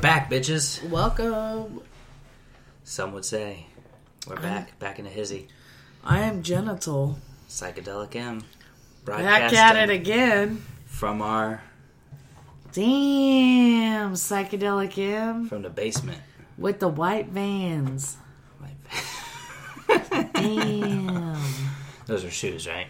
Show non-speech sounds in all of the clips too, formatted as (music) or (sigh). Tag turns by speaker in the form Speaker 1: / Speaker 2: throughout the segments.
Speaker 1: back, bitches.
Speaker 2: Welcome.
Speaker 1: Some would say we're back, back in a hizzy.
Speaker 2: I am genital.
Speaker 1: Psychedelic M,
Speaker 2: Back at it again.
Speaker 1: from our
Speaker 2: Damn, psychedelic M
Speaker 1: from the basement.
Speaker 2: with the white vans. (laughs)
Speaker 1: (laughs)
Speaker 2: Damn.
Speaker 1: Those are shoes, right?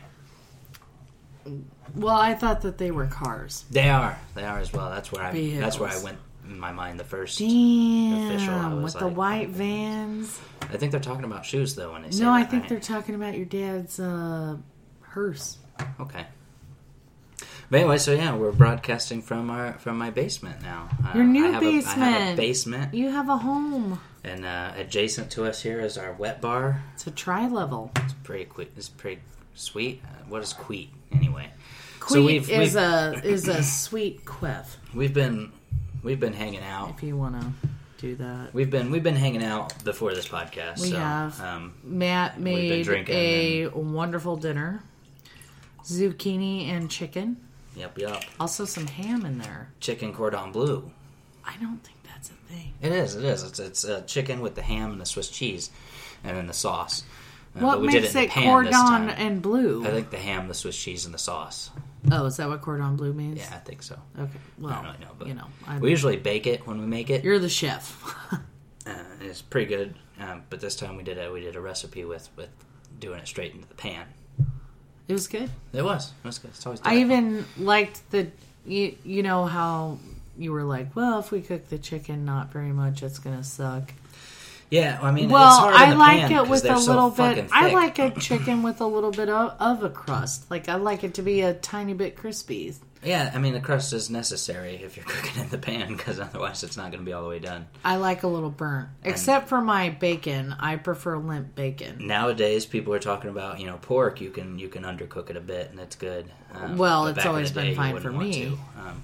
Speaker 2: well, I thought that they were cars.
Speaker 1: They are. They are as well. That's where I. That's where I
Speaker 2: Heels.
Speaker 1: went in my mind the first.
Speaker 2: Damn,
Speaker 1: Official, I was
Speaker 2: with the
Speaker 1: like-
Speaker 2: white vans.
Speaker 1: I think they're talking about shoes though when they say
Speaker 2: No, I
Speaker 1: that,
Speaker 2: think
Speaker 1: right?
Speaker 2: they're talking about your dad's uh, hearse.
Speaker 1: Okay. But anyway, so yeah, we're broadcasting from our from my basement now. Uh,
Speaker 2: Your new
Speaker 1: I have A, I have a
Speaker 2: basement.
Speaker 1: basement,
Speaker 2: You have a home.
Speaker 1: and uh, adjacent to us here is our wet bar.
Speaker 2: It's a tri-level.
Speaker 1: It's pretty quick. It's pretty sweet. Uh, what is queet anyway?
Speaker 2: Queef
Speaker 1: we've-
Speaker 2: is
Speaker 1: we've-
Speaker 2: a is a sweet queff.
Speaker 1: We've been we've been hanging out.
Speaker 2: If you want to do that,
Speaker 1: We've been we've been hanging out before this podcast.
Speaker 2: We
Speaker 1: so,
Speaker 2: have.
Speaker 1: Um,
Speaker 2: Matt made
Speaker 1: drinking
Speaker 2: a wonderful dinner: zucchini and chicken.
Speaker 1: yep, yep.
Speaker 2: Also, some ham in there.
Speaker 1: Chicken cordon bleu.
Speaker 2: I don't think that's a thing.
Speaker 1: It is. It is. It's it's uh, chicken with the ham and the Swiss cheese, and then the sauce. Uh,
Speaker 2: What
Speaker 1: but we did
Speaker 2: makes
Speaker 1: it, in
Speaker 2: it
Speaker 1: the pan this
Speaker 2: cordon
Speaker 1: time.
Speaker 2: and blue?
Speaker 1: I think the ham, the Swiss cheese, and the sauce.
Speaker 2: oh, is that what cordon bleu means?
Speaker 1: Yeah, I think so.
Speaker 2: Okay. Well,
Speaker 1: I don't really know, but
Speaker 2: you know, I'm,
Speaker 1: we usually bake it when we make it.
Speaker 2: you're the chef. (laughs)
Speaker 1: Uh, it's pretty good, um, but this time we did a we did a recipe with with doing it straight into the pan.
Speaker 2: it was good.
Speaker 1: It was. It was good. It's always.
Speaker 2: I
Speaker 1: delightful.
Speaker 2: even liked the you, you know how you were like, well, if we cook the chicken not very much, it's gonna suck.
Speaker 1: Yeah, I mean, it's
Speaker 2: Well,
Speaker 1: hard in
Speaker 2: I
Speaker 1: the
Speaker 2: like
Speaker 1: pan
Speaker 2: it
Speaker 1: 'cause
Speaker 2: with
Speaker 1: they're
Speaker 2: a
Speaker 1: so
Speaker 2: little
Speaker 1: fucking
Speaker 2: bit. I
Speaker 1: thick.
Speaker 2: like a chicken with a little bit of, of a crust. Like I like it to be a tiny bit crispy.
Speaker 1: Yeah, I mean, the crust is necessary if you're (laughs) cooking in the pan because otherwise it's not going to be all the way done.
Speaker 2: I like a little burnt, except for my bacon. I prefer limp bacon.
Speaker 1: Nowadays, people are talking about you know pork. You can you can undercook it a bit and it's good. Um,
Speaker 2: Well,
Speaker 1: but
Speaker 2: it's
Speaker 1: back in
Speaker 2: always
Speaker 1: the
Speaker 2: been
Speaker 1: day, you
Speaker 2: fine
Speaker 1: wouldn't
Speaker 2: for
Speaker 1: want
Speaker 2: me.
Speaker 1: to. Um,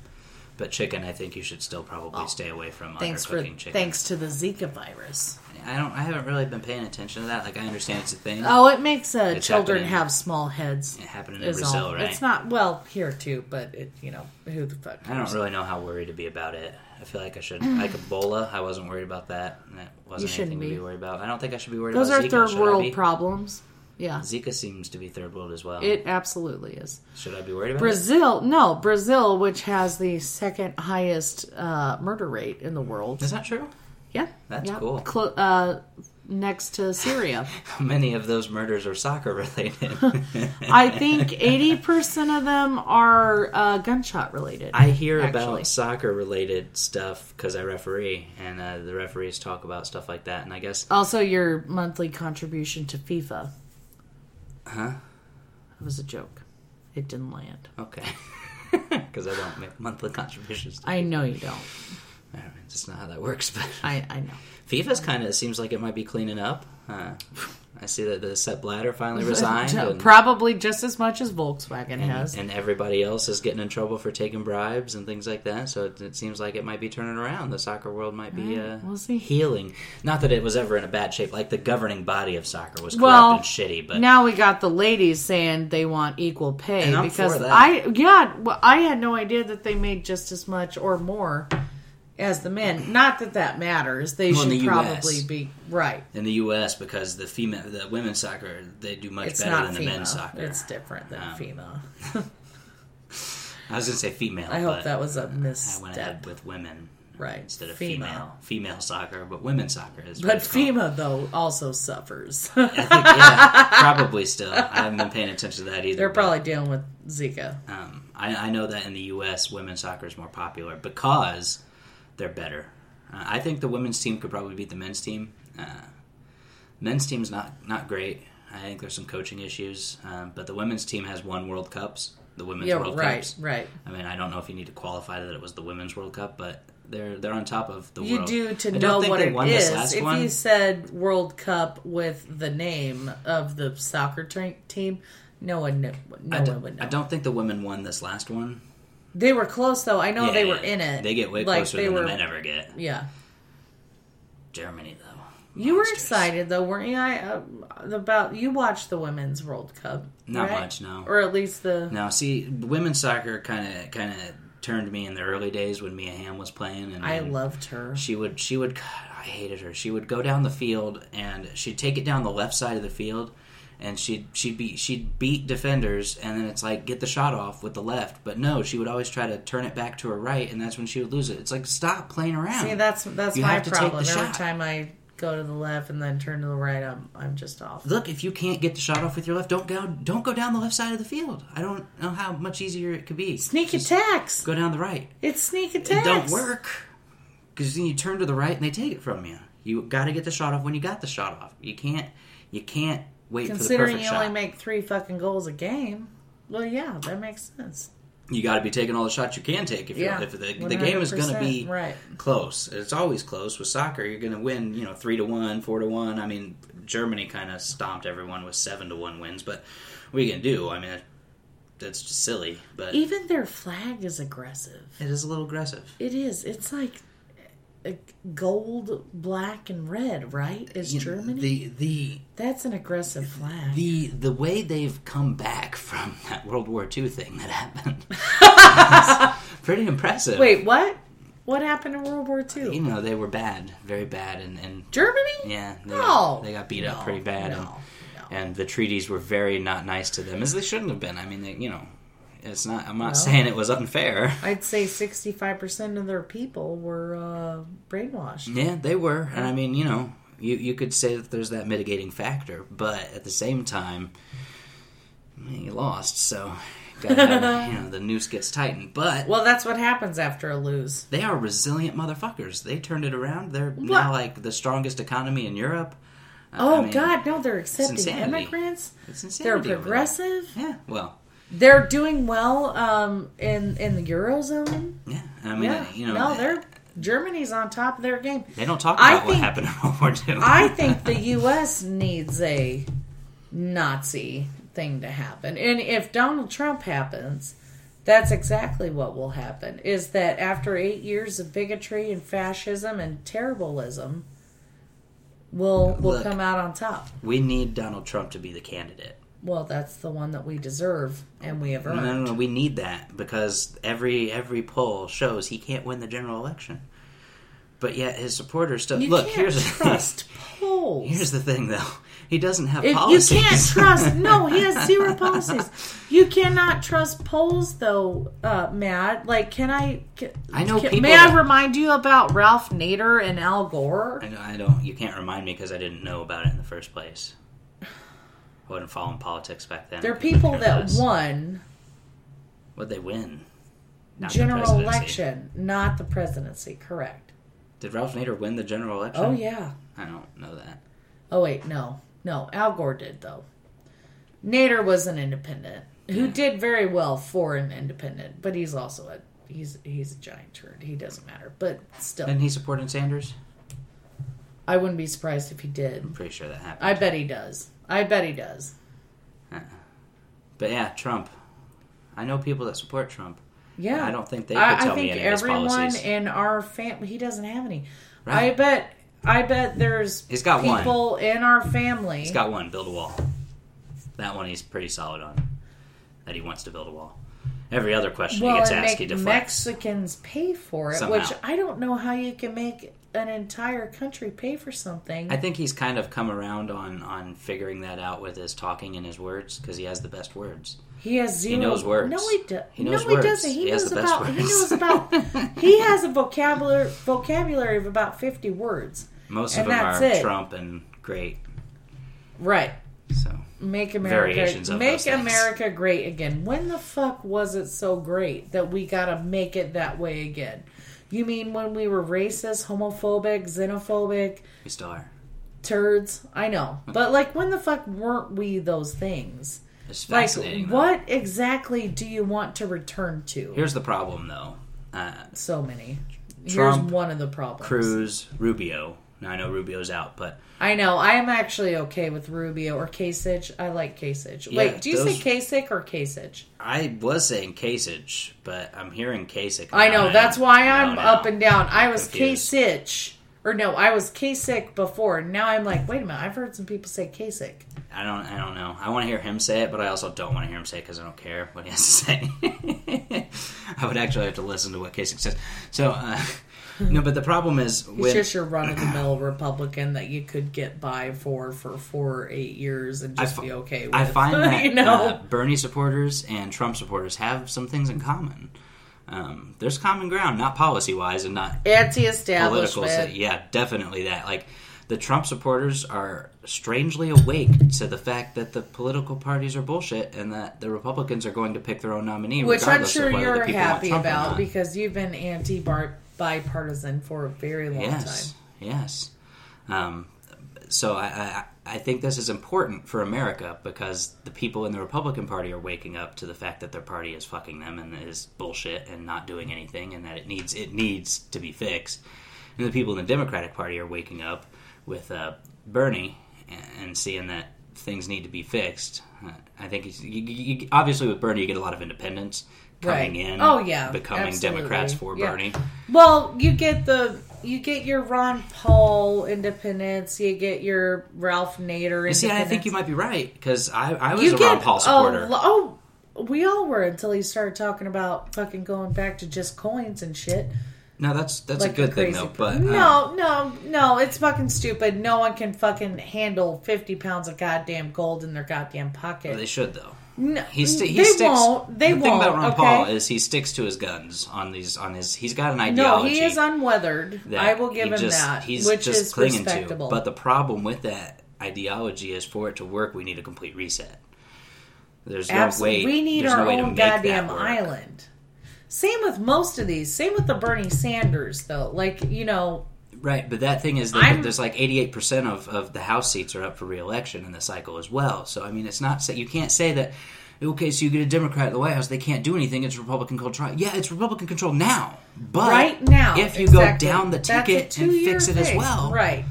Speaker 1: but chicken, I think you should still probably stay away from
Speaker 2: Thanks for
Speaker 1: undercooking chicken.
Speaker 2: thanks to the Zika virus.
Speaker 1: I don't. I haven't really been paying attention to that. Like I understand it's a thing.
Speaker 2: Oh, it makes uh,
Speaker 1: It's
Speaker 2: children
Speaker 1: happening.
Speaker 2: have small heads.
Speaker 1: It happened in
Speaker 2: is all.
Speaker 1: Brazil, right?
Speaker 2: It's not well here too, but it, you know who the fuck.
Speaker 1: I
Speaker 2: cares?
Speaker 1: don't really know how worried to be about it. I feel like I should.
Speaker 2: (sighs)
Speaker 1: Like Ebola, I wasn't worried about that. and That wasn't
Speaker 2: shouldn't
Speaker 1: anything to
Speaker 2: be.
Speaker 1: be worried about. I don't think I should be worried
Speaker 2: Those
Speaker 1: about
Speaker 2: are
Speaker 1: Zika.
Speaker 2: third
Speaker 1: should I
Speaker 2: world
Speaker 1: be?
Speaker 2: problems. Yeah,
Speaker 1: Zika seems to be third world as well.
Speaker 2: it absolutely is.
Speaker 1: should I be worried about it?
Speaker 2: Brazil, no, Brazil, which has the second highest uh, murder rate in the world.
Speaker 1: Is that true?
Speaker 2: Yeah,
Speaker 1: That's
Speaker 2: yeah.
Speaker 1: cool.
Speaker 2: Clo- uh, next to
Speaker 1: (laughs)
Speaker 2: Syria,
Speaker 1: Many of those murders are soccer related.
Speaker 2: (laughs) I think eighty percent of them are uh, gunshot related.
Speaker 1: (laughs) I hear
Speaker 2: Actually.
Speaker 1: about soccer related stuff because I referee, and uh, the referees talk about stuff like that. And I guess
Speaker 2: also, your monthly contribution to FIFA.
Speaker 1: Huh?
Speaker 2: It was a joke. It didn't land.
Speaker 1: okay, (laughs) because I don't make monthly contributions. To
Speaker 2: I know you don't.
Speaker 1: I mean, that's not how that works. (laughs) But
Speaker 2: I, I know.
Speaker 1: FIFA's kind of seems like it might be cleaning up. Uh, I see that the Sepp Blatter
Speaker 2: (laughs)
Speaker 1: finally resigned. and-
Speaker 2: Probably just as much as Volkswagen has.
Speaker 1: and everybody else is getting in trouble for taking bribes and things like that. So it, it seems like it might be turning around. The soccer world might be uh,
Speaker 2: we'll see.
Speaker 1: healing. Not that it was ever in a bad shape. Like the governing body of soccer was corrupt
Speaker 2: Well,
Speaker 1: and shitty, but
Speaker 2: now we got the ladies saying they want equal pay
Speaker 1: And I'm
Speaker 2: because
Speaker 1: for that.
Speaker 2: I yeah well, I had no idea that they made just as much or more as the men. Not that that matters. They
Speaker 1: Well, in
Speaker 2: should
Speaker 1: the US.
Speaker 2: probably be right.
Speaker 1: in the U.S. because the female, the women's soccer, they do much
Speaker 2: It's
Speaker 1: better
Speaker 2: not
Speaker 1: than the
Speaker 2: FEMA.
Speaker 1: men's soccer.
Speaker 2: It's different than
Speaker 1: Um,
Speaker 2: FEMA.
Speaker 1: I was going to say female.
Speaker 2: I
Speaker 1: but
Speaker 2: hope that was
Speaker 1: I
Speaker 2: a
Speaker 1: went ahead
Speaker 2: misstep.
Speaker 1: with women
Speaker 2: Right.
Speaker 1: instead of
Speaker 2: FEMA.
Speaker 1: female. Female soccer, but women's soccer is. what
Speaker 2: But
Speaker 1: it's called.
Speaker 2: FEMA though
Speaker 1: (laughs)
Speaker 2: also suffers.
Speaker 1: I think, yeah,
Speaker 2: (laughs)
Speaker 1: probably still. I haven't been paying attention to that either.
Speaker 2: They're
Speaker 1: but-
Speaker 2: probably dealing with Zika.
Speaker 1: Um, I, I know that in the U.S., women's soccer is more popular because they're better. Uh, I think the women's team could probably beat the men's team. Uh, men's team's not not great. I think there's some coaching issues, um, but the women's team has won World Cups. The women's
Speaker 2: Yeah,
Speaker 1: World
Speaker 2: right,
Speaker 1: Cups.
Speaker 2: right.
Speaker 1: I mean, I don't know if you need to qualify that it was the women's World Cup, but they're they're on top of the
Speaker 2: You
Speaker 1: world.
Speaker 2: do to
Speaker 1: I don't
Speaker 2: know
Speaker 1: think
Speaker 2: what
Speaker 1: they
Speaker 2: it
Speaker 1: won this
Speaker 2: is.
Speaker 1: last
Speaker 2: If
Speaker 1: one.
Speaker 2: you said World Cup with the name of the soccer tra- team, no one knew, no
Speaker 1: I, d-
Speaker 2: one would know.
Speaker 1: I don't think the women won this last one.
Speaker 2: they were close though. I know
Speaker 1: Yeah,
Speaker 2: Oh, they were
Speaker 1: yeah.
Speaker 2: in it.
Speaker 1: They get way
Speaker 2: Like,
Speaker 1: closer
Speaker 2: they
Speaker 1: than
Speaker 2: were,
Speaker 1: the men ever get.
Speaker 2: Yeah.
Speaker 1: Germany though.
Speaker 2: You were
Speaker 1: Monsters.
Speaker 2: excited though, weren't you? I, uh, about you watched the women's World Cup,
Speaker 1: Not
Speaker 2: right?
Speaker 1: much, no.
Speaker 2: or at least the
Speaker 1: Now, see, women's soccer kind of kind of turned me in the early days when Mia Hamm was playing, and
Speaker 2: I
Speaker 1: and
Speaker 2: loved her.
Speaker 1: she would she would I hated her. She would go down the field and she'd take it down the left side of the field, and she'd she'd be she'd beat defenders, and then it's like get the shot off with the left, but no, she would always try to turn it back to her right, and that's when she would lose it. It's like stop playing around.
Speaker 2: See, that's that's
Speaker 1: You
Speaker 2: my
Speaker 1: have to take the
Speaker 2: problem. Every
Speaker 1: shot.
Speaker 2: time I go to the left and then turn to the right, I'm I'm just off.
Speaker 1: Look, if you can't get the shot off with your left, don't go don't go down the left side of the field. I don't know how much easier it could be.
Speaker 2: Sneak attacks.
Speaker 1: Go down the right.
Speaker 2: It's sneak
Speaker 1: It
Speaker 2: attacks.
Speaker 1: don't work because then you turn to the right and they take it from you. You got to get the shot off when you got the shot off. You can't. You can't wait for the
Speaker 2: Considering
Speaker 1: perfect
Speaker 2: you
Speaker 1: shot.
Speaker 2: only make three fucking goals a game. Well, yeah, that makes sense.
Speaker 1: you got to be taking all the shots you can take. If
Speaker 2: Yeah,
Speaker 1: you're, if the, the game is going to
Speaker 2: 100%,
Speaker 1: be
Speaker 2: right.
Speaker 1: close, it's always close with soccer. You're going to win, you know, three to one, four to one. I mean, Germany kind of stomped everyone with seven to one wins, but what are you going to do? I mean, that- that's just silly. But
Speaker 2: Even their flag is aggressive.
Speaker 1: It is a little aggressive.
Speaker 2: It is. It's like uh, gold, black, and red. Right? Is
Speaker 1: You know,
Speaker 2: Germany?
Speaker 1: The the
Speaker 2: That's an aggressive flag.
Speaker 1: the the way they've come back from that World War II thing that happened. is pretty impressive.
Speaker 2: Wait, what? What happened in World War
Speaker 1: You
Speaker 2: II?
Speaker 1: know, they were bad, very bad and, and
Speaker 2: Germany?
Speaker 1: yeah, they,
Speaker 2: No.
Speaker 1: they got beat up
Speaker 2: No,
Speaker 1: pretty bad and,
Speaker 2: No, no.
Speaker 1: and the treaties were very not nice to them as they shouldn't have been. I mean, they, you know, it's not I'm not saying it was unfair.
Speaker 2: I'd say 65% of their people were uh, brainwashed.
Speaker 1: Yeah, they were. And I mean, you know, you, you could say that there's that mitigating factor, but at the same time, I mean, you lost, so gotta have,
Speaker 2: (laughs)
Speaker 1: you know, the noose gets tightened. But
Speaker 2: Well, that's what happens after a lose.
Speaker 1: they are resilient motherfuckers. They turned it around. They're now like the strongest economy in Europe. Uh,
Speaker 2: Oh,
Speaker 1: I mean,
Speaker 2: God, no, they're accepting
Speaker 1: insanity.
Speaker 2: immigrants.
Speaker 1: It's
Speaker 2: They're
Speaker 1: insanity. over there.
Speaker 2: progressive.
Speaker 1: Yeah, well,
Speaker 2: They're doing well um, in, in the Eurozone.
Speaker 1: yeah. I mean,
Speaker 2: Yeah.
Speaker 1: you know,
Speaker 2: no,
Speaker 1: they-
Speaker 2: they're Germany's on top of their game.
Speaker 1: they don't talk
Speaker 2: I
Speaker 1: about what
Speaker 2: think-
Speaker 1: happened (laughs) in World War II.
Speaker 2: I think the U.S. needs a Nazi thing to happen, and if Donald Trump happens, that's exactly what will happen. Is that after eight years of bigotry and fascism and terribleism, will will
Speaker 1: Look.
Speaker 2: come out on top?
Speaker 1: (laughs) we need Donald Trump to be the candidate.
Speaker 2: Well, that's the one that we deserve and we have
Speaker 1: No,
Speaker 2: earned.
Speaker 1: no, no. We need that because every every poll shows he can't win the general election. But yet his supporters still
Speaker 2: You
Speaker 1: look.
Speaker 2: can't
Speaker 1: Here's the thing.
Speaker 2: trust
Speaker 1: (laughs)
Speaker 2: polls.
Speaker 1: Here's the thing, though. He doesn't have
Speaker 2: If
Speaker 1: policies.
Speaker 2: you
Speaker 1: (laughs)
Speaker 2: can't trust, no, he has zero policies. You cannot trust polls, though, uh, Matt. Like, can I? Can,
Speaker 1: I know
Speaker 2: can-
Speaker 1: people
Speaker 2: May I
Speaker 1: that-
Speaker 2: remind you about Ralph Nader and Al Gore?
Speaker 1: I, don't- I don't. You can't remind me because I didn't know about it in the first place. I wasn't following politics back then.
Speaker 2: There are people that
Speaker 1: won.
Speaker 2: won
Speaker 1: What they win? Not the
Speaker 2: general
Speaker 1: presidency.
Speaker 2: election, not the presidency. Correct.
Speaker 1: Did Ralph Nader win the general election?
Speaker 2: Oh yeah.
Speaker 1: I don't know that.
Speaker 2: Oh wait, no, no. Al Gore did though. Nader was an independent who did very well for an independent, but he's also a he's he's a giant turd. He doesn't matter, but still,
Speaker 1: Didn't he support Sanders?
Speaker 2: I wouldn't be surprised if he did.
Speaker 1: I'm pretty sure that happened.
Speaker 2: I bet he does. I bet he does.
Speaker 1: But yeah, Trump. I know people that support Trump.
Speaker 2: Yeah,
Speaker 1: I don't think they could
Speaker 2: I, I
Speaker 1: tell me
Speaker 2: think
Speaker 1: any of
Speaker 2: everyone
Speaker 1: his policies.
Speaker 2: in our family. He doesn't have any. I
Speaker 1: Right.
Speaker 2: bet. I bet there's
Speaker 1: He's got one.
Speaker 2: people in our family.
Speaker 1: He's got one. Build a wall. That one he's pretty solid on. That he wants to build a wall. Every other question
Speaker 2: well,
Speaker 1: he gets
Speaker 2: and
Speaker 1: asked,
Speaker 2: make
Speaker 1: he deflects.
Speaker 2: Mexicans pay for it,
Speaker 1: Somehow.
Speaker 2: which I don't know how you can make an entire country pay for something.
Speaker 1: I think he's kind of come around on on figuring that out with his talking and his words because he has the best words.
Speaker 2: he has zero.
Speaker 1: knows words.
Speaker 2: No, he, do-
Speaker 1: He knows
Speaker 2: no, he
Speaker 1: words.
Speaker 2: doesn't. He,
Speaker 1: He has
Speaker 2: knows
Speaker 1: the best
Speaker 2: about. He
Speaker 1: words. (laughs)
Speaker 2: knows about. he has a vocabulary vocabulary of about fifty words.
Speaker 1: Most
Speaker 2: And
Speaker 1: of them
Speaker 2: that's
Speaker 1: are
Speaker 2: it.
Speaker 1: Trump and great.
Speaker 2: Right.
Speaker 1: So
Speaker 2: Make America
Speaker 1: Variations of
Speaker 2: Make
Speaker 1: those things.
Speaker 2: America great again. When the fuck was it so great that we gotta make it that way again? You mean when we were racist, homophobic, xenophobic,
Speaker 1: we still are.
Speaker 2: turds? I know. But like when the fuck weren't we those things?
Speaker 1: It's
Speaker 2: Like
Speaker 1: fascinating. though.
Speaker 2: what exactly do you want to return to?
Speaker 1: Here's the problem, though. Uh,
Speaker 2: so many.
Speaker 1: Trump,
Speaker 2: Here's one of the problems.
Speaker 1: Cruz, Rubio. Now I know Rubio's out, but
Speaker 2: I know. I am actually okay with Rubio or Kasich. I like Kasich.
Speaker 1: Yeah,
Speaker 2: Wait, do you
Speaker 1: those-
Speaker 2: say Kasich or Kasich?
Speaker 1: I was saying Kasich, but I'm hearing Kasich.
Speaker 2: I know.
Speaker 1: now.
Speaker 2: That's why I'm
Speaker 1: No, no.
Speaker 2: up and down. I was
Speaker 1: Confused.
Speaker 2: Kasich Or no, I was Kasich before. Now I'm like, wait a minute. I've heard some people say Kasich.
Speaker 1: I don't. I don't know. I want to hear him say it, but I also don't want to hear him say it because I don't care what he has to (laughs) say. I would actually have to listen to what Kasich says. So uh, (laughs) no, but the problem is
Speaker 2: He's
Speaker 1: with
Speaker 2: just your run of the mill Republican that you could get by for for four or eight years and just
Speaker 1: fi-
Speaker 2: be okay with.
Speaker 1: I find
Speaker 2: (laughs)
Speaker 1: that
Speaker 2: you know.
Speaker 1: uh, Bernie supporters and Trump supporters have some things in common. Um, there's common ground, not policy wise, and not political.
Speaker 2: anti-establishment.
Speaker 1: so- yeah, definitely that. Like the Trump supporters are strangely awake to the fact that the political parties are bullshit and that the Republicans are going to pick their own nominee,
Speaker 2: which I'm
Speaker 1: regardless
Speaker 2: sure
Speaker 1: of whether the
Speaker 2: you're
Speaker 1: people want
Speaker 2: happy
Speaker 1: Trump or
Speaker 2: about
Speaker 1: not.
Speaker 2: because you've been anti bipartisan for a very long
Speaker 1: yes,
Speaker 2: time.
Speaker 1: yes. Um, so I, I, I think this is important for America because the people in the Republican Party are waking up to the fact that their party is fucking them and is bullshit and not doing anything, and that it needs it needs to be fixed. And the people in the Democratic Party are waking up with uh, Bernie and, and seeing that things need to be fixed. Uh, I think it's, you, you, you- obviously with Bernie you get a lot of independents coming
Speaker 2: Right.
Speaker 1: in,
Speaker 2: Oh, yeah,
Speaker 1: becoming
Speaker 2: absolutely.
Speaker 1: Democrats for
Speaker 2: Yeah.
Speaker 1: Bernie.
Speaker 2: Well, you get the you get your Ron Paul independence. You get your Ralph Nader.
Speaker 1: You see, I think
Speaker 2: independence.
Speaker 1: you might be right because I, I was
Speaker 2: You
Speaker 1: a
Speaker 2: get
Speaker 1: Ron Paul supporter.
Speaker 2: a lo- Oh, we all were until he started talking about fucking going back to just coins and shit.
Speaker 1: no, that's that's
Speaker 2: like
Speaker 1: a good thing
Speaker 2: crazy
Speaker 1: though.
Speaker 2: per-
Speaker 1: But uh,
Speaker 2: no, no, no, it's fucking stupid. No one can fucking handle fifty pounds of goddamn gold in their goddamn pocket.
Speaker 1: they should though.
Speaker 2: No,
Speaker 1: He, sti- he
Speaker 2: they
Speaker 1: sticks.
Speaker 2: won't. They
Speaker 1: the
Speaker 2: won't.
Speaker 1: thing about Ron
Speaker 2: okay?
Speaker 1: Paul is he sticks to his guns on these on his. He's got an
Speaker 2: no,
Speaker 1: ideology.
Speaker 2: he is unweathered.
Speaker 1: that
Speaker 2: I will give
Speaker 1: he
Speaker 2: him
Speaker 1: just-
Speaker 2: that,
Speaker 1: He's
Speaker 2: which
Speaker 1: just
Speaker 2: is
Speaker 1: clinging
Speaker 2: respectable.
Speaker 1: to. But the problem with that ideology is, for it to work, we need a complete reset. There's
Speaker 2: Absolutely,
Speaker 1: no way.
Speaker 2: we need
Speaker 1: there's
Speaker 2: our
Speaker 1: no way to
Speaker 2: own
Speaker 1: make that
Speaker 2: goddamn
Speaker 1: work.
Speaker 2: island. Same with most of these. Same with the Bernie Sanders, though. Like you know,
Speaker 1: Right, but that thing is
Speaker 2: I'm-
Speaker 1: that there's like 88% of, of the House seats are up for reelection in the cycle as well. So, I mean, it's not, say- you can't say that, okay, so you get a Democrat at the White House, they can't do anything, it's Republican control. Yeah, it's Republican control now. But
Speaker 2: right now,
Speaker 1: Oh, if you
Speaker 2: exactly.
Speaker 1: go down the
Speaker 2: That's a
Speaker 1: ticket and
Speaker 2: two-year
Speaker 1: fix it as
Speaker 2: thing.
Speaker 1: well,
Speaker 2: right?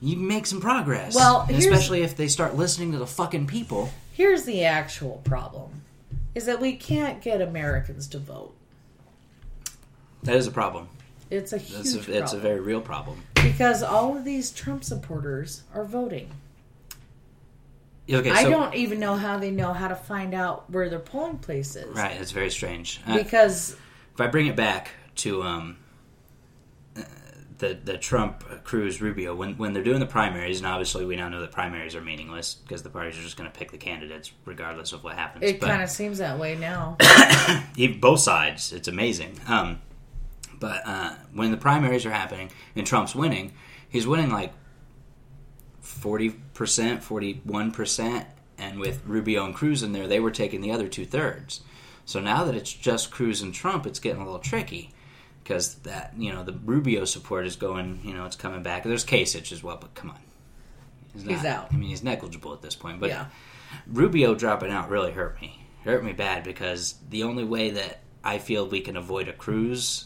Speaker 1: you make some progress.
Speaker 2: Well,
Speaker 1: And
Speaker 2: here's-
Speaker 1: especially if they start listening to the fucking people.
Speaker 2: Here's the actual problem: is that we can't get Americans to vote.
Speaker 1: That is a problem.
Speaker 2: It's a
Speaker 1: That's
Speaker 2: huge
Speaker 1: a, it's a
Speaker 2: problem.
Speaker 1: very real problem.
Speaker 2: because all of these Trump supporters are voting.
Speaker 1: Okay, so,
Speaker 2: I don't even know how they know how to find out where their polling place is.
Speaker 1: Right, it's very strange. Uh,
Speaker 2: Because
Speaker 1: if I bring it back to um, uh, the the Trump uh, Cruz Rubio when when they're doing the primaries, and obviously we now know that primaries are meaningless because the parties are just going to pick the candidates regardless of what happens.
Speaker 2: it
Speaker 1: But
Speaker 2: kind of seems that way now.
Speaker 1: even both sides, it's amazing. Um, but uh, when the primaries are happening and Trump's winning, he's winning like forty percent, forty one percent, and with Rubio and Cruz in there, they were taking the other two thirds. So now that it's just Cruz and Trump, it's getting a little tricky because that you know the Rubio support is going, you know, it's coming back. There's Kasich as well, but come on,
Speaker 2: He's out.
Speaker 1: I mean, he's negligible at this point, but
Speaker 2: Yeah.
Speaker 1: Rubio dropping out really hurt me. It hurt me bad because the only way that I feel we can avoid a Cruz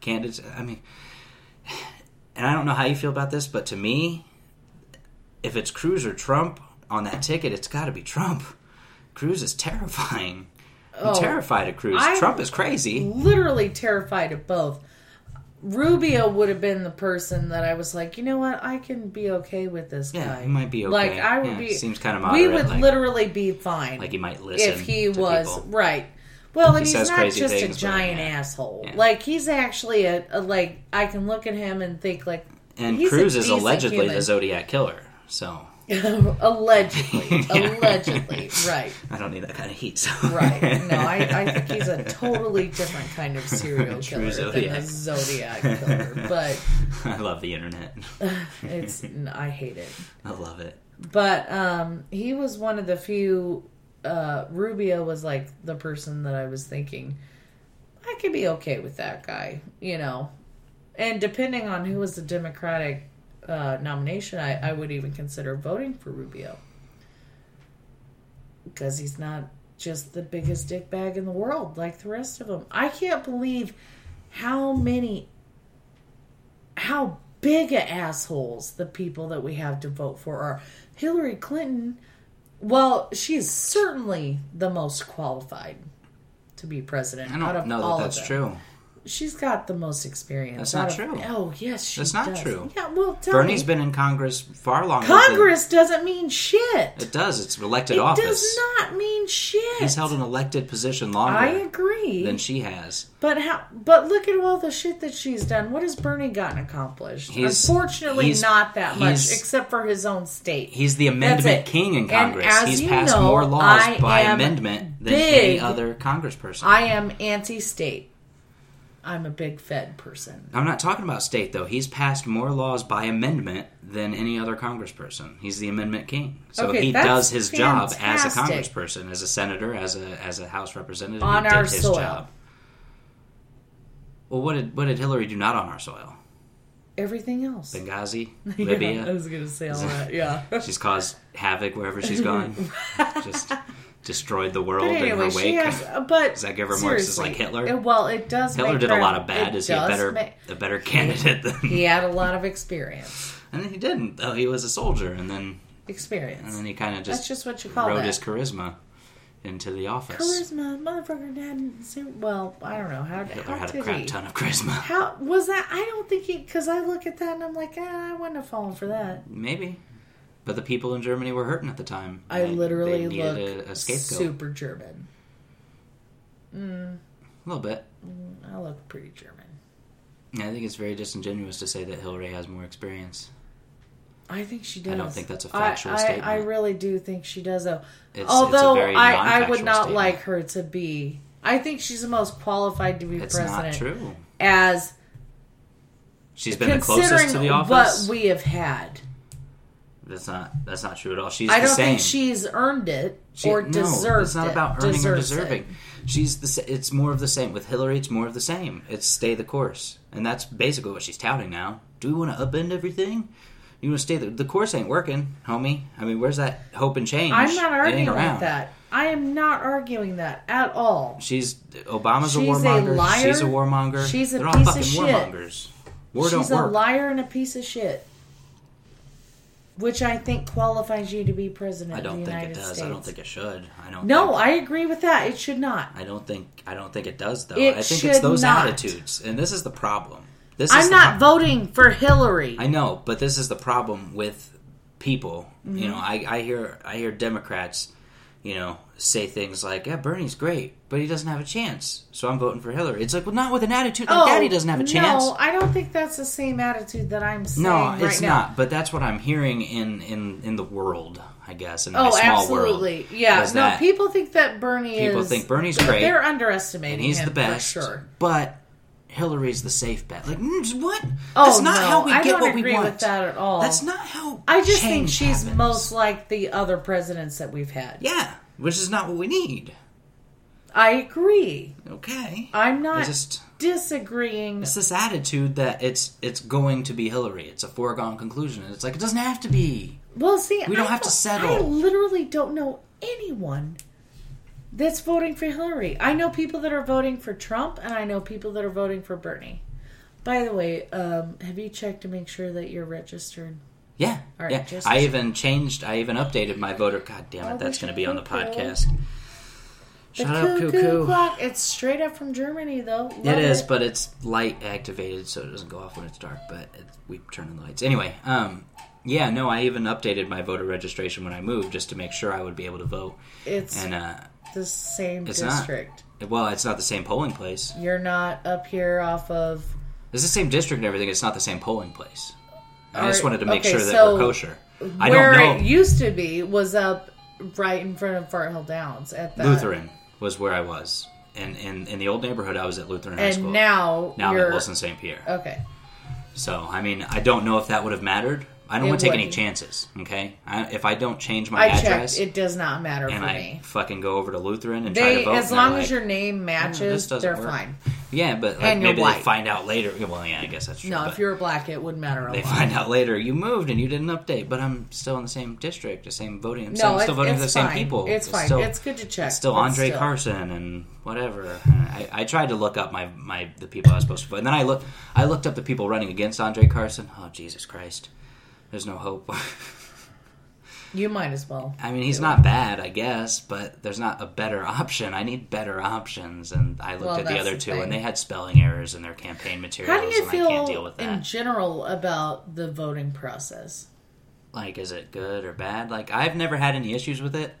Speaker 1: candidate, I mean, and I don't know how you feel about this, but to me, if it's Cruz or Trump on that ticket, it's got to be Trump. Cruz is terrifying. I'm
Speaker 2: Oh,
Speaker 1: terrified of Cruz.
Speaker 2: I'm-
Speaker 1: Trump is crazy.
Speaker 2: Literally terrified of both. Rubio would have been the person that I was like, you know what, I can be okay with this
Speaker 1: Yeah,
Speaker 2: guy.
Speaker 1: he might be okay.
Speaker 2: Like I would
Speaker 1: Yeah,
Speaker 2: be.
Speaker 1: Seems kind of
Speaker 2: we
Speaker 1: moderate.
Speaker 2: would
Speaker 1: like,
Speaker 2: literally be fine.
Speaker 1: like he might listen
Speaker 2: if he
Speaker 1: to
Speaker 2: was
Speaker 1: people.
Speaker 2: right. Well,
Speaker 1: He
Speaker 2: and he's
Speaker 1: says
Speaker 2: not
Speaker 1: crazy
Speaker 2: just
Speaker 1: things,
Speaker 2: a
Speaker 1: but,
Speaker 2: giant
Speaker 1: yeah.
Speaker 2: asshole.
Speaker 1: Yeah.
Speaker 2: Like he's actually a, a like I can look at him and think like (laughs)
Speaker 1: And
Speaker 2: he's a
Speaker 1: Cruz is
Speaker 2: decent
Speaker 1: allegedly
Speaker 2: human.
Speaker 1: the Zodiac killer. So
Speaker 2: allegedly,
Speaker 1: (laughs) Yeah.
Speaker 2: allegedly, right,
Speaker 1: I don't need that kind of heat. So.
Speaker 2: right. No, I,
Speaker 1: (laughs)
Speaker 2: I think he's a totally different kind of serial
Speaker 1: True
Speaker 2: killer than a
Speaker 1: Zodiac.
Speaker 2: Zodiac
Speaker 1: (laughs)
Speaker 2: killer. But
Speaker 1: (laughs) I love the internet.
Speaker 2: it's I hate it.
Speaker 1: I love it.
Speaker 2: But um, he was one of the few. Uh, Rubio was like the person that I was thinking, I could be okay with that guy, you know. And depending on who was the Democratic uh, nomination, I, I would even consider voting for Rubio because he's not just the biggest dick bag in the world like the rest of them. I can't believe how many, how big a assholes the people that we have to vote for are. Hillary Clinton, well, she's certainly the most qualified to be president
Speaker 1: I
Speaker 2: out
Speaker 1: don't
Speaker 2: of
Speaker 1: know
Speaker 2: all
Speaker 1: that
Speaker 2: of
Speaker 1: that's
Speaker 2: them.
Speaker 1: true.
Speaker 2: she's got the most experience.
Speaker 1: That's not
Speaker 2: out of-
Speaker 1: true.
Speaker 2: Oh yes, she
Speaker 1: That's not
Speaker 2: does.
Speaker 1: true.
Speaker 2: Yeah, well, tell
Speaker 1: Bernie's
Speaker 2: me.
Speaker 1: been in Congress far longer. than-
Speaker 2: Congress doesn't mean shit.
Speaker 1: it does. It's an elected
Speaker 2: It
Speaker 1: office.
Speaker 2: does not mean shit.
Speaker 1: He's held an elected position longer
Speaker 2: I agree.
Speaker 1: than she has.
Speaker 2: But how? But look at all the shit that she's done. What has Bernie gotten accomplished?
Speaker 1: He's-
Speaker 2: Unfortunately,
Speaker 1: he's-
Speaker 2: not that much,
Speaker 1: he's-
Speaker 2: except for his own state.
Speaker 1: He's the amendment
Speaker 2: it.
Speaker 1: king in
Speaker 2: And
Speaker 1: Congress.
Speaker 2: as
Speaker 1: He's
Speaker 2: you
Speaker 1: passed
Speaker 2: know,
Speaker 1: more laws
Speaker 2: I
Speaker 1: by
Speaker 2: am
Speaker 1: amendment than any
Speaker 2: big.
Speaker 1: other congressperson.
Speaker 2: I am anti-state. I'm a big Fed person.
Speaker 1: I'm not talking about state though. He's passed more laws by amendment than any other congressperson. He's the amendment king. So
Speaker 2: Okay,
Speaker 1: he
Speaker 2: that's
Speaker 1: does his job as a
Speaker 2: fantastic.
Speaker 1: congressperson, as a senator, as a as a House representative.
Speaker 2: On
Speaker 1: he did
Speaker 2: our
Speaker 1: his
Speaker 2: soil.
Speaker 1: job. Well, what did what did Hillary do not on our soil?
Speaker 2: Everything else.
Speaker 1: Benghazi,
Speaker 2: (laughs) Yeah, I
Speaker 1: Libya.
Speaker 2: was gonna say all that. Yeah.
Speaker 1: She's caused havoc wherever (laughs)
Speaker 2: (laughs)
Speaker 1: she's gone. Just destroyed the world in
Speaker 2: But anyway,
Speaker 1: her
Speaker 2: she
Speaker 1: wake.
Speaker 2: has.
Speaker 1: (laughs)
Speaker 2: But
Speaker 1: Does that give her more just
Speaker 2: seriously,
Speaker 1: like Hitler?
Speaker 2: it- well, it does.
Speaker 1: Hitler
Speaker 2: make
Speaker 1: did a
Speaker 2: her-
Speaker 1: lot of bad.
Speaker 2: it
Speaker 1: Is he a
Speaker 2: does
Speaker 1: better
Speaker 2: make-
Speaker 1: a better candidate than?
Speaker 2: he had a lot of experience.
Speaker 1: (laughs) And then he didn't though. He was a soldier, and then and
Speaker 2: Experience.
Speaker 1: then he kind of
Speaker 2: That's
Speaker 1: Mm-hmm. just
Speaker 2: just what you call
Speaker 1: rode
Speaker 2: that.
Speaker 1: his charisma into the office.
Speaker 2: Charisma, motherfucker, dad. zero- Well, I don't know how.
Speaker 1: Hitler
Speaker 2: How
Speaker 1: had a
Speaker 2: did
Speaker 1: crap
Speaker 2: he?
Speaker 1: ton of charisma.
Speaker 2: How was that? I don't think he. Because I look at that and I'm like, ah, I wouldn't have fallen for that.
Speaker 1: Maybe, but the people in Germany were hurting at the time.
Speaker 2: I
Speaker 1: They- they
Speaker 2: literally
Speaker 1: needed
Speaker 2: look
Speaker 1: a, a scapegoat
Speaker 2: super German.
Speaker 1: a little bit.
Speaker 2: I look pretty German.
Speaker 1: I think it's very disingenuous to say that Hillary has more experience.
Speaker 2: I think she does.
Speaker 1: I don't think that's a
Speaker 2: I-
Speaker 1: factual
Speaker 2: I,
Speaker 1: statement.
Speaker 2: I really do think she does, though.
Speaker 1: It's-
Speaker 2: Although
Speaker 1: it's a very
Speaker 2: I, I
Speaker 1: non-factual
Speaker 2: would not
Speaker 1: statement.
Speaker 2: like her to be. I think she's the most qualified to be
Speaker 1: It's
Speaker 2: president.
Speaker 1: not true.
Speaker 2: As
Speaker 1: She's been the
Speaker 2: considering
Speaker 1: closest to the
Speaker 2: what
Speaker 1: office.
Speaker 2: we have had,
Speaker 1: that's not that's not true at all. She's
Speaker 2: I
Speaker 1: the
Speaker 2: don't
Speaker 1: same.
Speaker 2: think she's earned it
Speaker 1: She-
Speaker 2: or
Speaker 1: no,
Speaker 2: deserves.
Speaker 1: It's not
Speaker 2: it.
Speaker 1: about earning or
Speaker 2: Deserves it.
Speaker 1: deserving. She's the. sa- It's more of the same with Hillary. It's more of the same. It's stay the course, and that's basically what she's touting now. Do we want to upend everything? You want to stay the, the course ain't working, homie. I mean, where's that hope and change?
Speaker 2: I'm
Speaker 1: It ain't
Speaker 2: not arguing
Speaker 1: around.
Speaker 2: with that. I am not arguing that at all.
Speaker 1: She's Obama's a
Speaker 2: She's a
Speaker 1: warmonger.
Speaker 2: liar.
Speaker 1: She's a warmonger.
Speaker 2: She's a
Speaker 1: They're
Speaker 2: piece
Speaker 1: all
Speaker 2: of
Speaker 1: fucking
Speaker 2: shit.
Speaker 1: warmongers. War
Speaker 2: She's
Speaker 1: don't
Speaker 2: a
Speaker 1: work.
Speaker 2: liar and a piece of shit. Which I think qualifies you to be president
Speaker 1: I don't
Speaker 2: of the
Speaker 1: think it
Speaker 2: United
Speaker 1: does.
Speaker 2: States.
Speaker 1: I don't think it should. I don't.
Speaker 2: No,
Speaker 1: think-
Speaker 2: I agree with that. It should not.
Speaker 1: I don't think. I don't think it does though.
Speaker 2: It
Speaker 1: I think it's
Speaker 2: should
Speaker 1: those
Speaker 2: not.
Speaker 1: attitudes, and this is the problem. This is
Speaker 2: I'm
Speaker 1: the
Speaker 2: not voting for Hillary.
Speaker 1: I know, but this is the problem with people. You know,
Speaker 2: Mm-hmm.
Speaker 1: I, I hear I hear Democrats, you know, say things like, "Yeah, Bernie's great, but he doesn't have a chance, so I'm voting for Hillary." It's like, well, not with an attitude like that. He doesn't have a chance.
Speaker 2: Oh, No, I don't think that's the same attitude that I'm saying
Speaker 1: No,
Speaker 2: right
Speaker 1: it's
Speaker 2: now.
Speaker 1: not. But that's what I'm hearing in in in the world, I guess, in my
Speaker 2: Oh,
Speaker 1: small
Speaker 2: absolutely.
Speaker 1: world.
Speaker 2: Yeah.
Speaker 1: is
Speaker 2: No,
Speaker 1: that
Speaker 2: people think that Bernie
Speaker 1: people
Speaker 2: is.
Speaker 1: think Bernie's great
Speaker 2: They're underestimating
Speaker 1: and he's
Speaker 2: him
Speaker 1: the best,
Speaker 2: for sure.
Speaker 1: but Hillary's the safe bet. Like, mm, what?
Speaker 2: Oh
Speaker 1: that's not
Speaker 2: no,
Speaker 1: how we
Speaker 2: I
Speaker 1: get
Speaker 2: don't
Speaker 1: what
Speaker 2: agree
Speaker 1: we want.
Speaker 2: with that at all.
Speaker 1: That's not how.
Speaker 2: I just think
Speaker 1: change
Speaker 2: she's
Speaker 1: happens.
Speaker 2: most like the other presidents that we've had.
Speaker 1: Yeah, which is not what we need.
Speaker 2: I agree.
Speaker 1: Okay.
Speaker 2: I'm
Speaker 1: I
Speaker 2: not
Speaker 1: just
Speaker 2: disagreeing.
Speaker 1: it's this attitude that it's it's going to be Hillary. It's a foregone conclusion. And it's like it doesn't have to be.
Speaker 2: Well, see,
Speaker 1: We don't
Speaker 2: I
Speaker 1: have to settle.
Speaker 2: I literally don't know anyone that's voting for Hillary. I know people that are voting for Trump, and I know people that are voting for Bernie. By the way, um, have you checked to make sure that you're registered?
Speaker 1: Yeah.
Speaker 2: All right,
Speaker 1: yeah.
Speaker 2: just-
Speaker 1: I even changed I even updated my voter god damn
Speaker 2: Oh,
Speaker 1: it,
Speaker 2: the
Speaker 1: that's gonna be on the
Speaker 2: cuckoo.
Speaker 1: podcast.
Speaker 2: The
Speaker 1: Shut up,
Speaker 2: cuckoo,
Speaker 1: cuckoo.
Speaker 2: clock. It's straight up from Germany, though.
Speaker 1: It
Speaker 2: Love
Speaker 1: is, but it's light activated, so it doesn't go off when it's dark. But it's, we turn on the lights anyway. Um, yeah, no, I even updated my voter registration when I moved just to make sure I would be able to vote.
Speaker 2: It's
Speaker 1: And uh,
Speaker 2: the same
Speaker 1: it's not.
Speaker 2: district.
Speaker 1: well, it's not the same polling place.
Speaker 2: You're not up here off of.
Speaker 1: It's the same district and everything. It's not the same polling place. I just
Speaker 2: Alright,
Speaker 1: wanted to make
Speaker 2: okay,
Speaker 1: sure that
Speaker 2: so
Speaker 1: we're kosher. I
Speaker 2: where
Speaker 1: don't know.
Speaker 2: it used to be was up right in front of Fart Hill Downs at the
Speaker 1: Lutheran was where I was, and in in the old neighborhood, I was at Lutheran High
Speaker 2: And
Speaker 1: School.
Speaker 2: now,
Speaker 1: now I'm
Speaker 2: you're
Speaker 1: at Wilson St. Pierre.
Speaker 2: okay.
Speaker 1: So I mean, I don't know if that would have mattered. I don't
Speaker 2: It
Speaker 1: want to take any
Speaker 2: wouldn't.
Speaker 1: chances. Okay, I, if I don't change my
Speaker 2: I
Speaker 1: address
Speaker 2: checked. It does not matter for
Speaker 1: and I
Speaker 2: me.
Speaker 1: fucking go over to Lutheran and try
Speaker 2: They,
Speaker 1: to vote,
Speaker 2: as
Speaker 1: and they're
Speaker 2: long
Speaker 1: like,
Speaker 2: as your name matches,
Speaker 1: doesn't
Speaker 2: they're
Speaker 1: work.
Speaker 2: fine.
Speaker 1: yeah, but like,
Speaker 2: and you're
Speaker 1: maybe they
Speaker 2: white.
Speaker 1: find out later. yeah, Well, yeah, I guess that's true.
Speaker 2: No,
Speaker 1: but
Speaker 2: if you're black, it would matter a
Speaker 1: they
Speaker 2: lot. (laughs)
Speaker 1: find out later you moved and you didn't update, but I'm still in the same district, the same voting. I'm
Speaker 2: no,
Speaker 1: still,
Speaker 2: it-
Speaker 1: still voting
Speaker 2: it's
Speaker 1: for the
Speaker 2: fine.
Speaker 1: same people.
Speaker 2: It's fine.
Speaker 1: still-
Speaker 2: it's good to
Speaker 1: (laughs)
Speaker 2: check.
Speaker 1: still
Speaker 2: but
Speaker 1: Andre Carson and whatever. I, I tried to look up my, my the people I was supposed to vote, and then I look I looked up the people running against Andre Carson. Oh Jesus Christ! There's no hope.
Speaker 2: You might as well.
Speaker 1: (laughs) I mean, he's not bad, I guess, but there's not a better (laughs) option. I need better options, and I looked
Speaker 2: Well,
Speaker 1: at the
Speaker 2: that's
Speaker 1: other
Speaker 2: the
Speaker 1: two,
Speaker 2: thing.
Speaker 1: and they had spelling errors in their campaign materials,
Speaker 2: How do you
Speaker 1: and I can't deal
Speaker 2: feel
Speaker 1: with that.
Speaker 2: in general about the voting process?
Speaker 1: like, is it good or bad? Like, I've never had any issues with it,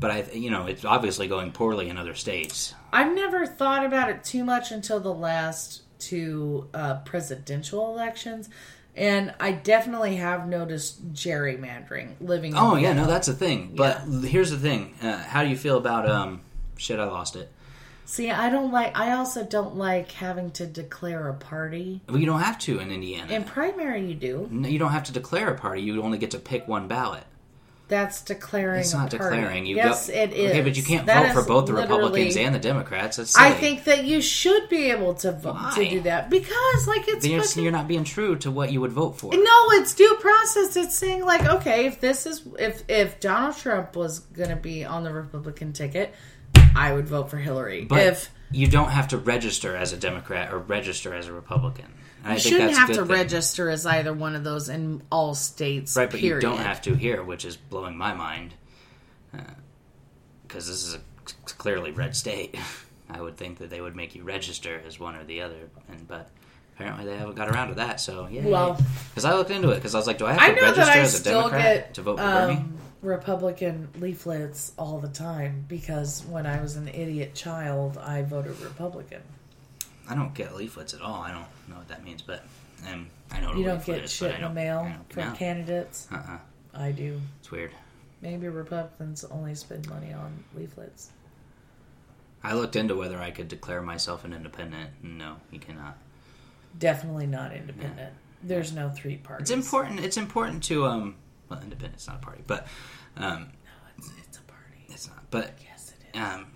Speaker 1: but I, you know, it's obviously going poorly in other states.
Speaker 2: I've never thought about it too much until the last two uh, presidential elections, and I definitely have noticed gerrymandering living. in
Speaker 1: Oh yeah,
Speaker 2: Florida.
Speaker 1: no, that's a thing. But here's the thing: uh, how do you feel about um? Shit, I lost it.
Speaker 2: See, I don't like. I also don't like having to declare a party
Speaker 1: Well, you don't have to in Indiana.
Speaker 2: in primary. You do.
Speaker 1: No, you don't have to declare a party. You only get to pick one ballot.
Speaker 2: That's declaring.
Speaker 1: It's not
Speaker 2: a party.
Speaker 1: declaring. You
Speaker 2: yes,
Speaker 1: go,
Speaker 2: it is.
Speaker 1: Okay, but you can't
Speaker 2: That
Speaker 1: vote for
Speaker 2: is
Speaker 1: both the
Speaker 2: literally-
Speaker 1: Republicans and the Democrats. That's
Speaker 2: I
Speaker 1: silly.
Speaker 2: think that you should be able to vote to
Speaker 1: Why?
Speaker 2: do that because, like, it's
Speaker 1: Then you're,
Speaker 2: fucking
Speaker 1: you're not being true to what you would vote for.
Speaker 2: No, it's due process. It's saying like, okay, if this is if if Donald Trump was gonna be on the Republican ticket, I would vote for Hillary.
Speaker 1: But
Speaker 2: if
Speaker 1: you don't have to register as a Democrat or register as a Republican. And I
Speaker 2: you
Speaker 1: think
Speaker 2: shouldn't
Speaker 1: that's a
Speaker 2: have
Speaker 1: good
Speaker 2: to
Speaker 1: thing.
Speaker 2: register as either one of those in all states.
Speaker 1: Right, but
Speaker 2: period.
Speaker 1: you don't have to here, which is blowing my mind. Because this is a c- clearly red state. (laughs) I would think that they would make you register as one or the other, and but apparently they haven't got around to that. So yeah,
Speaker 2: Well-
Speaker 1: because I looked into it because I was like, do I have to
Speaker 2: I know
Speaker 1: register
Speaker 2: that I
Speaker 1: as a
Speaker 2: still
Speaker 1: Democrat
Speaker 2: get
Speaker 1: to vote for Bernie?
Speaker 2: um, Republican leaflets all the time because when I was an idiot child, I voted Republican.
Speaker 1: I don't get leaflets at all. I don't know what that means, but um, I know what a
Speaker 2: You don't
Speaker 1: leaflet
Speaker 2: get
Speaker 1: is,
Speaker 2: shit
Speaker 1: but I
Speaker 2: in the
Speaker 1: don't- I
Speaker 2: mail
Speaker 1: don't-
Speaker 2: from
Speaker 1: no.
Speaker 2: candidates.
Speaker 1: Uh-uh.
Speaker 2: I do.
Speaker 1: It's weird.
Speaker 2: Maybe Republicans only spend money on leaflets.
Speaker 1: I looked into whether I could declare myself an independent. No, you cannot.
Speaker 2: Definitely not independent. There's no three parties.
Speaker 1: It's important. It's important to um. Well, independent's not a party, but um,
Speaker 2: No, it's, it's a party.
Speaker 1: it's not. But
Speaker 2: Yes, it is.
Speaker 1: um,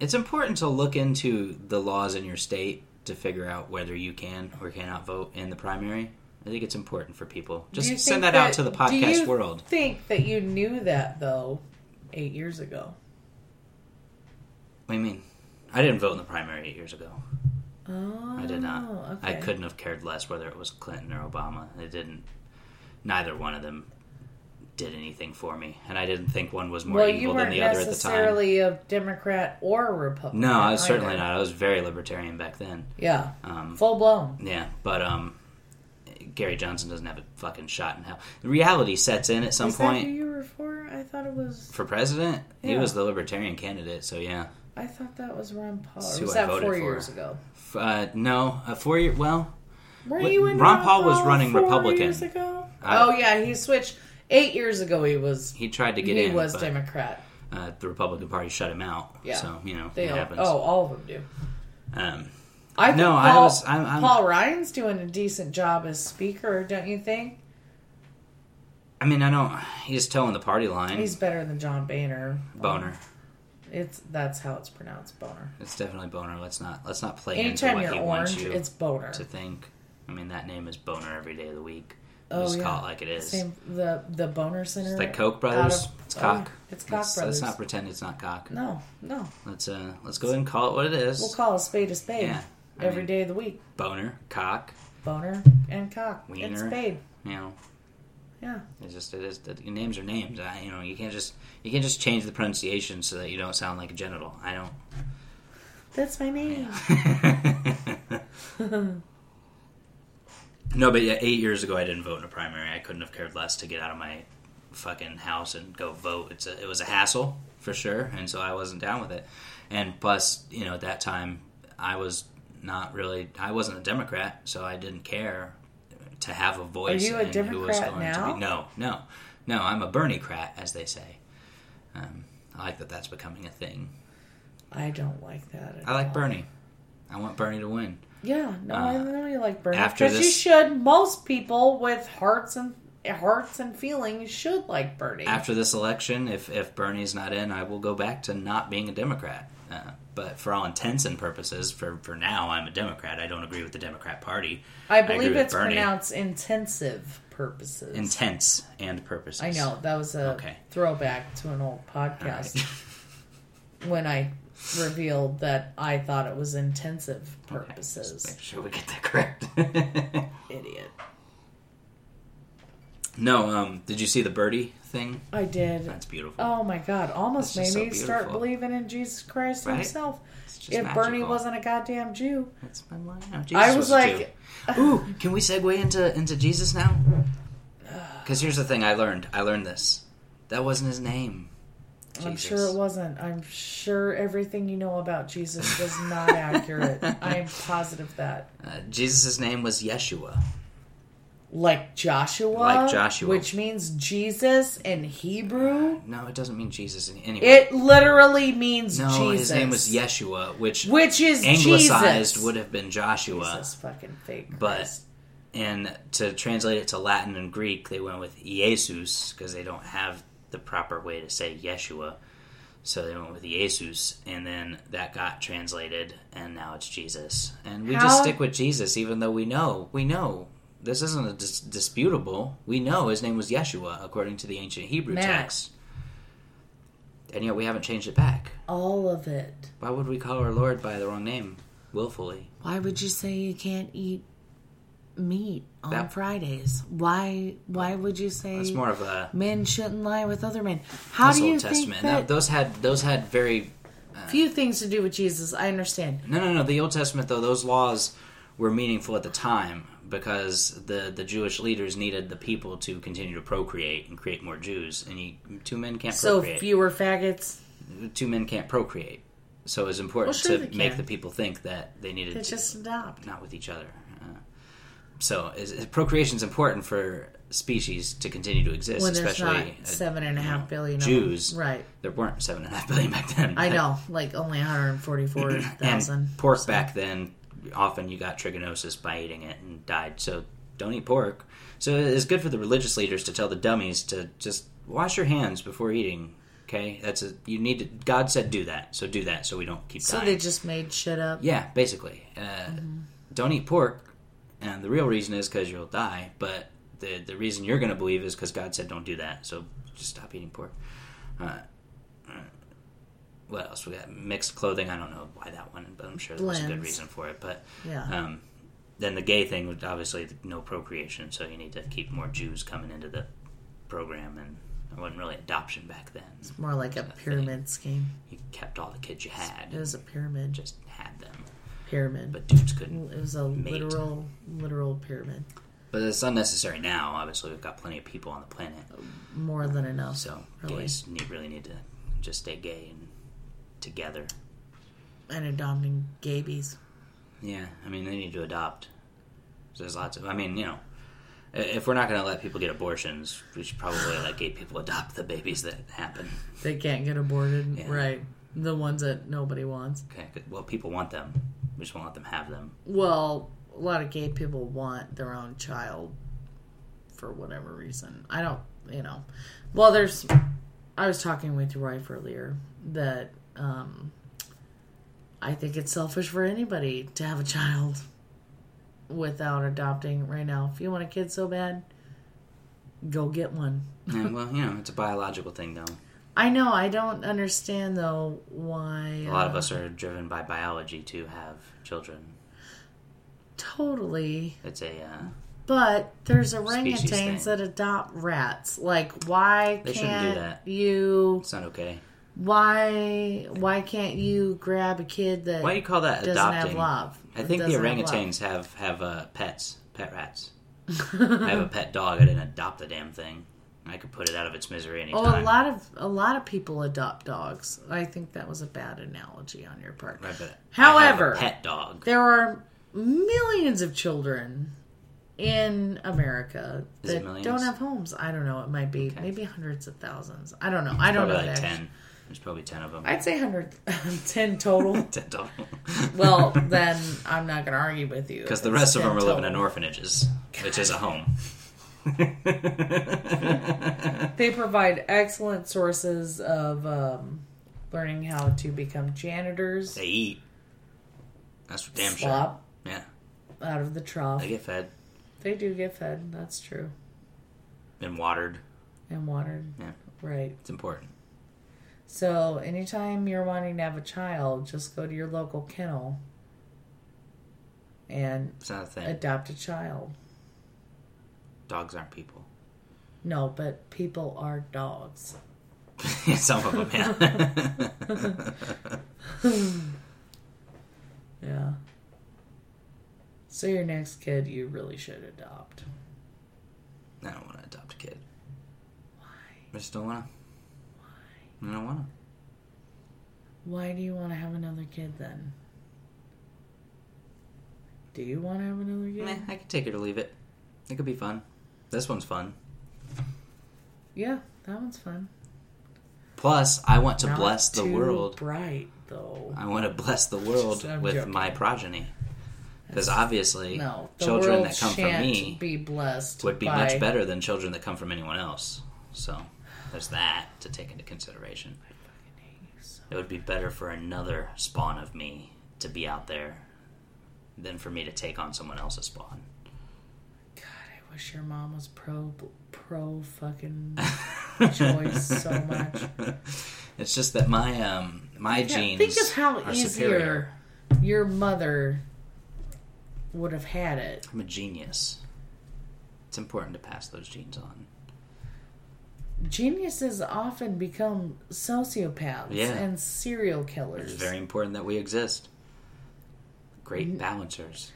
Speaker 1: it's important to look into the laws in your state to figure out whether you can or cannot vote in the primary. I think it's important for people.
Speaker 2: Do you
Speaker 1: Just
Speaker 2: think
Speaker 1: send that, out to the
Speaker 2: do
Speaker 1: podcast
Speaker 2: you
Speaker 1: world.
Speaker 2: Think that you knew that though, eight years ago.
Speaker 1: What do you mean? I didn't vote in the primary eight years ago.
Speaker 2: Oh,
Speaker 1: I did not.
Speaker 2: Okay.
Speaker 1: I couldn't have cared less whether it was Clinton or Obama. It didn't. Neither one of them did anything for me, and I didn't think one was more
Speaker 2: Well, you
Speaker 1: evil than
Speaker 2: weren't
Speaker 1: the other at the time.
Speaker 2: necessarily a Democrat or Republican.
Speaker 1: No, I was certainly
Speaker 2: either.
Speaker 1: not. I was very libertarian back then.
Speaker 2: Yeah,
Speaker 1: Um,
Speaker 2: full blown.
Speaker 1: yeah, but um, Gary Johnson doesn't have a fucking shot in hell. Reality sets in at some
Speaker 2: Is that who
Speaker 1: point
Speaker 2: you were for? I thought it was.
Speaker 1: for president. He
Speaker 2: Yeah.
Speaker 1: was the libertarian candidate, so yeah.
Speaker 2: I thought that was Ron Paul.
Speaker 1: That's
Speaker 2: Or
Speaker 1: who
Speaker 2: was
Speaker 1: I
Speaker 2: that
Speaker 1: voted
Speaker 2: four
Speaker 1: for.
Speaker 2: years ago?
Speaker 1: F- Uh, no, a four year. Well,
Speaker 2: Were
Speaker 1: Wait,
Speaker 2: you in
Speaker 1: Ron Paul was running
Speaker 2: four
Speaker 1: Republican.
Speaker 2: Years ago?
Speaker 1: I-
Speaker 2: oh yeah, he switched eight years ago. He was
Speaker 1: he tried to get
Speaker 2: he
Speaker 1: in,
Speaker 2: was
Speaker 1: but
Speaker 2: Democrat.
Speaker 1: uh, the Republican Party shut him out.
Speaker 2: Yeah.
Speaker 1: So you know
Speaker 2: They
Speaker 1: it
Speaker 2: all,
Speaker 1: happens.
Speaker 2: oh, all of them do.
Speaker 1: Um,
Speaker 2: I think
Speaker 1: No,
Speaker 2: Paul,
Speaker 1: I was- I'm- I'm-
Speaker 2: Paul Ryan's doing a decent job as speaker, don't you think?
Speaker 1: I mean, I don't. He's toeing the party line.
Speaker 2: He's better than John Boehner.
Speaker 1: boner.
Speaker 2: It's that's how it's pronounced, boner.
Speaker 1: It's definitely boner. Let's not let's not play into
Speaker 2: Anytime
Speaker 1: what
Speaker 2: you're
Speaker 1: he wants
Speaker 2: orange,
Speaker 1: you
Speaker 2: it's boner.
Speaker 1: to think. I mean, that name is boner every day of the week.
Speaker 2: Oh,
Speaker 1: Just call
Speaker 2: yeah.
Speaker 1: it like it is.
Speaker 2: Same the the boner center.
Speaker 1: It's like Koch
Speaker 2: out
Speaker 1: brothers.
Speaker 2: of-
Speaker 1: it's cock.
Speaker 2: oh, it's cock
Speaker 1: Let's,
Speaker 2: brothers.
Speaker 1: let's not pretend it's not cock.
Speaker 2: no, no.
Speaker 1: Let's uh let's go ahead and call it what it is.
Speaker 2: We'll call a spade a spade every
Speaker 1: Yeah,
Speaker 2: day
Speaker 1: I mean-
Speaker 2: of the week.
Speaker 1: Boner, cock,
Speaker 2: Boner and cock and
Speaker 1: Wiener.
Speaker 2: spade.
Speaker 1: you know.
Speaker 2: Yeah.
Speaker 1: It's just it is that your names are names. I, you know, you can't just you can't just change the pronunciation so that you don't sound like a genital. I don't
Speaker 2: That's my name.
Speaker 1: (laughs) no, but yeah, eight years ago I didn't vote in a primary. I couldn't have cared less to get out of my fucking house and go vote. It's a, it was a hassle for sure, and so I wasn't down with it. And plus, you know, at that time I was not really I wasn't a Democrat, so I didn't care to have a voice.
Speaker 2: you a
Speaker 1: in who was going
Speaker 2: Democrat
Speaker 1: To
Speaker 2: now?
Speaker 1: be. No, no, no. I'm a Bernie-crat, as they say. Um, I like that that's becoming a thing.
Speaker 2: I don't like that. At
Speaker 1: I like
Speaker 2: all.
Speaker 1: Bernie. I want Bernie to win.
Speaker 2: Yeah, no, I
Speaker 1: Uh,
Speaker 2: know you like Bernie.
Speaker 1: after
Speaker 2: Because you
Speaker 1: this-
Speaker 2: should. Most people with hearts and hearts and feelings should like Bernie.
Speaker 1: after this election, if if Bernie's not in, I will go back to not being a Democrat. Uh, but for all intents and purposes, for for now, I'm a Democrat. I don't agree with the Democrat Party.
Speaker 2: I
Speaker 1: agree
Speaker 2: believe
Speaker 1: with
Speaker 2: it's
Speaker 1: Bernie.
Speaker 2: pronounced intensive purposes.
Speaker 1: Intents and purposes.
Speaker 2: I
Speaker 1: (laughs)
Speaker 2: know that was a
Speaker 1: Okay.
Speaker 2: throwback to an old podcast when I revealed that I thought it was intensive
Speaker 1: Just
Speaker 2: purposes.
Speaker 1: make sure we get that correct.
Speaker 2: Idiot.
Speaker 1: (laughs) No, um, did you see the birdie thing?
Speaker 2: I did.
Speaker 1: That's beautiful.
Speaker 2: Oh my God! Almost made
Speaker 1: That's just
Speaker 2: me
Speaker 1: so
Speaker 2: start
Speaker 1: beautiful.
Speaker 2: believing in Jesus Christ
Speaker 1: Right?
Speaker 2: Himself.
Speaker 1: It's just
Speaker 2: If Bernie
Speaker 1: magical.
Speaker 2: wasn't a goddamn Jew,
Speaker 1: That's my line. now. oh, Jesus
Speaker 2: I was
Speaker 1: a
Speaker 2: like,
Speaker 1: Jew. Ooh, can we segue into into Jesus
Speaker 2: (sighs)
Speaker 1: now? Because here's the thing I learned. I learned this. That wasn't his name.
Speaker 2: I'm
Speaker 1: Jesus.
Speaker 2: sure it wasn't. I'm sure everything you know about Jesus was
Speaker 1: (laughs)
Speaker 2: not accurate. I am positive that.
Speaker 1: Uh, Jesus' name was Yeshua.
Speaker 2: Like Joshua,
Speaker 1: Like Joshua.
Speaker 2: which means Jesus in Hebrew.
Speaker 1: No, it doesn't mean Jesus in anyway.
Speaker 2: It literally means
Speaker 1: no,
Speaker 2: Jesus.
Speaker 1: his name was Yeshua, which
Speaker 2: which is
Speaker 1: anglicized
Speaker 2: Jesus.
Speaker 1: would have been Joshua.
Speaker 2: Jesus fucking fake.
Speaker 1: But-
Speaker 2: Christ.
Speaker 1: And to translate it to Latin and Greek, they went with Jesus because they don't have the proper way to say Yeshua. So they went with Jesus, and then that got translated, and now it's Jesus. And we just
Speaker 2: How-
Speaker 1: stick with Jesus, even though we know, we know this isn't a dis- disputable. We know his name was Yeshua according to the ancient Hebrew
Speaker 2: Matt.
Speaker 1: text, and yet we haven't changed it back.
Speaker 2: all of it.
Speaker 1: Why would we call our Lord by the wrong name willfully?
Speaker 2: Why would you say you can't eat meat on
Speaker 1: That-
Speaker 2: Fridays? Why? Why would you say
Speaker 1: That's more of a
Speaker 2: men shouldn't lie with other men? How
Speaker 1: that's
Speaker 2: do you
Speaker 1: Old
Speaker 2: think
Speaker 1: Testament.
Speaker 2: that?
Speaker 1: That- those had those had very
Speaker 2: few things to do with Jesus. I understand.
Speaker 1: No, no, no. The Old Testament, though, those laws were meaningful at the time because the, the Jewish leaders needed the people to continue to procreate and create more Jews. And you, two men can't
Speaker 2: So
Speaker 1: procreate.
Speaker 2: fewer faggots.
Speaker 1: two men can't procreate. So it's important
Speaker 2: Well, sure
Speaker 1: to
Speaker 2: they
Speaker 1: make
Speaker 2: can.
Speaker 1: the people think that they needed
Speaker 2: They
Speaker 1: to
Speaker 2: just adopt.
Speaker 1: not with each other. Uh, so is, is, procreation is important for species to continue to exist,
Speaker 2: When there's not
Speaker 1: especially uh,
Speaker 2: seven and a
Speaker 1: you know,
Speaker 2: half billion of them.
Speaker 1: Jews.
Speaker 2: Right.
Speaker 1: There weren't seven and a half billion back then.
Speaker 2: I
Speaker 1: but-
Speaker 2: know, like only 144,000.
Speaker 1: (clears throat) And pork back then, often you got trichinosis by eating it and died. So don't eat pork. So it's good for the religious leaders to tell the dummies to just wash your hands before eating. Okay, that's a you need to. God said do that, so do that, so we don't keep
Speaker 2: So
Speaker 1: dying.
Speaker 2: they just made shit up.
Speaker 1: yeah, basically, uh,
Speaker 2: Mm-hmm.
Speaker 1: don't eat pork, and the real reason is because you'll die. But the the reason you're going to believe is because God said don't do that, so just stop eating pork. Uh, uh, what else we got? Mixed clothing. I don't know why that one, but I'm sure there was a good
Speaker 2: Blends.
Speaker 1: reason for it. But
Speaker 2: Yeah.
Speaker 1: um, then the gay thing was obviously no procreation, so you need to keep more Jews coming into the program, and it wasn't really adoption back then.
Speaker 2: More like a pyramid scheme.
Speaker 1: You kept all the kids you had,
Speaker 2: It
Speaker 1: and
Speaker 2: was a pyramid.
Speaker 1: just had them,
Speaker 2: Pyramid.
Speaker 1: but dudes couldn't.
Speaker 2: it was a
Speaker 1: mate.
Speaker 2: literal, literal pyramid.
Speaker 1: But it's unnecessary now. Obviously, we've got plenty of people on the planet,
Speaker 2: More than enough.
Speaker 1: so
Speaker 2: really.
Speaker 1: gays need, really need to just stay gay and together.
Speaker 2: And adopting gabies.
Speaker 1: Yeah, I mean they need to adopt. So there's lots of. I mean, you know, i- if we're not going to let people get abortions, we should probably let gay people adopt the babies that happen.
Speaker 2: They can't get aborted.
Speaker 1: Yeah.
Speaker 2: Right. The ones that nobody wants.
Speaker 1: Okay, good. well, people want them. We just won't let them have them.
Speaker 2: Well, a lot of gay people want their own child for whatever reason. I don't, you know. Well, there's. I was talking with your wife earlier that um, I think it's selfish for anybody to have a child without adopting right now. If you want a kid so bad, go get one.
Speaker 1: Yeah, well, you know, it's a biological thing, though.
Speaker 2: I know. I don't understand though why
Speaker 1: A lot of us are driven by biology to have children.
Speaker 2: totally
Speaker 1: It's a. Uh,
Speaker 2: But there's
Speaker 1: Species
Speaker 2: orangutans
Speaker 1: thing.
Speaker 2: that adopt rats. Like, why
Speaker 1: They shouldn't do
Speaker 2: can't
Speaker 1: that.
Speaker 2: you?
Speaker 1: it's not okay.
Speaker 2: Why why can't you grab a kid that
Speaker 1: Why do you call that
Speaker 2: doesn't
Speaker 1: adopting?
Speaker 2: have love?
Speaker 1: I think the
Speaker 2: Doesn't have
Speaker 1: orangutans have have uh, pets, pet rats.
Speaker 2: (laughs)
Speaker 1: I have a
Speaker 2: Uh-huh.
Speaker 1: pet dog. I didn't adopt the damn thing. I could put it out of its misery anytime.
Speaker 2: love. Oh, a lot of a lot of people adopt dogs. I think that was a bad analogy on your part.
Speaker 1: Right, but I have
Speaker 2: However-
Speaker 1: a pet dog.
Speaker 2: There are millions of children in America
Speaker 1: Is it
Speaker 2: that
Speaker 1: millions?
Speaker 2: don't have homes. I don't know. It might be
Speaker 1: Okay.
Speaker 2: maybe hundreds of thousands. I don't know. I don't
Speaker 1: Probably
Speaker 2: know.
Speaker 1: like
Speaker 2: the actual-
Speaker 1: ten. There's probably ten of them.
Speaker 2: I'd say (laughs) 100, 10 total.
Speaker 1: (laughs) ten total. (laughs)
Speaker 2: Well, then I'm not going to argue with you.
Speaker 1: because the rest of them are living in orphanages, which is a
Speaker 2: (laughs)
Speaker 1: home.
Speaker 2: They provide excellent sources of um, learning how to become janitors,
Speaker 1: They eat. That's for damn sure.
Speaker 2: slop
Speaker 1: Yeah,
Speaker 2: out of the trough.
Speaker 1: they get fed
Speaker 2: They do get fed. That's true.
Speaker 1: and watered.
Speaker 2: And watered.
Speaker 1: Yeah.
Speaker 2: Right.
Speaker 1: It's important.
Speaker 2: So anytime you're wanting to have a child, just go to your local kennel and
Speaker 1: It's not a thing.
Speaker 2: adopt a child.
Speaker 1: Dogs aren't people.
Speaker 2: No, but people are dogs.
Speaker 1: (laughs) Some
Speaker 2: (laughs)
Speaker 1: of them, yeah.
Speaker 2: (sighs) Yeah. So your next kid you really should adopt.
Speaker 1: I don't want to adopt a kid. Why? I just don't want to. Why? I don't want to.
Speaker 2: Why do you want to have another kid then? Do you want to have another kid?
Speaker 1: Meh, I could take it or leave it. It could be fun. This one's fun.
Speaker 2: Yeah, that one's fun.
Speaker 1: Plus, I want to
Speaker 2: Not
Speaker 1: bless the
Speaker 2: too
Speaker 1: world.
Speaker 2: Bright though.
Speaker 1: I want to bless the world
Speaker 2: I'm
Speaker 1: with
Speaker 2: joking.
Speaker 1: my progeny. Because obviously,
Speaker 2: No, the
Speaker 1: children
Speaker 2: world
Speaker 1: that come
Speaker 2: shan't
Speaker 1: from me
Speaker 2: be blessed
Speaker 1: would be
Speaker 2: by-
Speaker 1: much better than children that come from anyone else. So, there's that to take into consideration.
Speaker 2: I fucking hate you so-
Speaker 1: It would be better for another spawn of me to be out there than for me to take on someone else's spawn.
Speaker 2: God, I wish your mom was pro pro fucking (laughs)
Speaker 1: (laughs)
Speaker 2: choice so much.
Speaker 1: It's just that my um my
Speaker 2: Yeah,
Speaker 1: genes
Speaker 2: think of how
Speaker 1: are
Speaker 2: easier
Speaker 1: superior.
Speaker 2: your mother would have had it.
Speaker 1: I'm a genius. It's important to pass those genes on.
Speaker 2: Geniuses often become sociopaths
Speaker 1: Yeah.
Speaker 2: and serial
Speaker 1: It's
Speaker 2: killers.
Speaker 1: very important that we exist.
Speaker 2: Mm-hmm.
Speaker 1: Great balancers.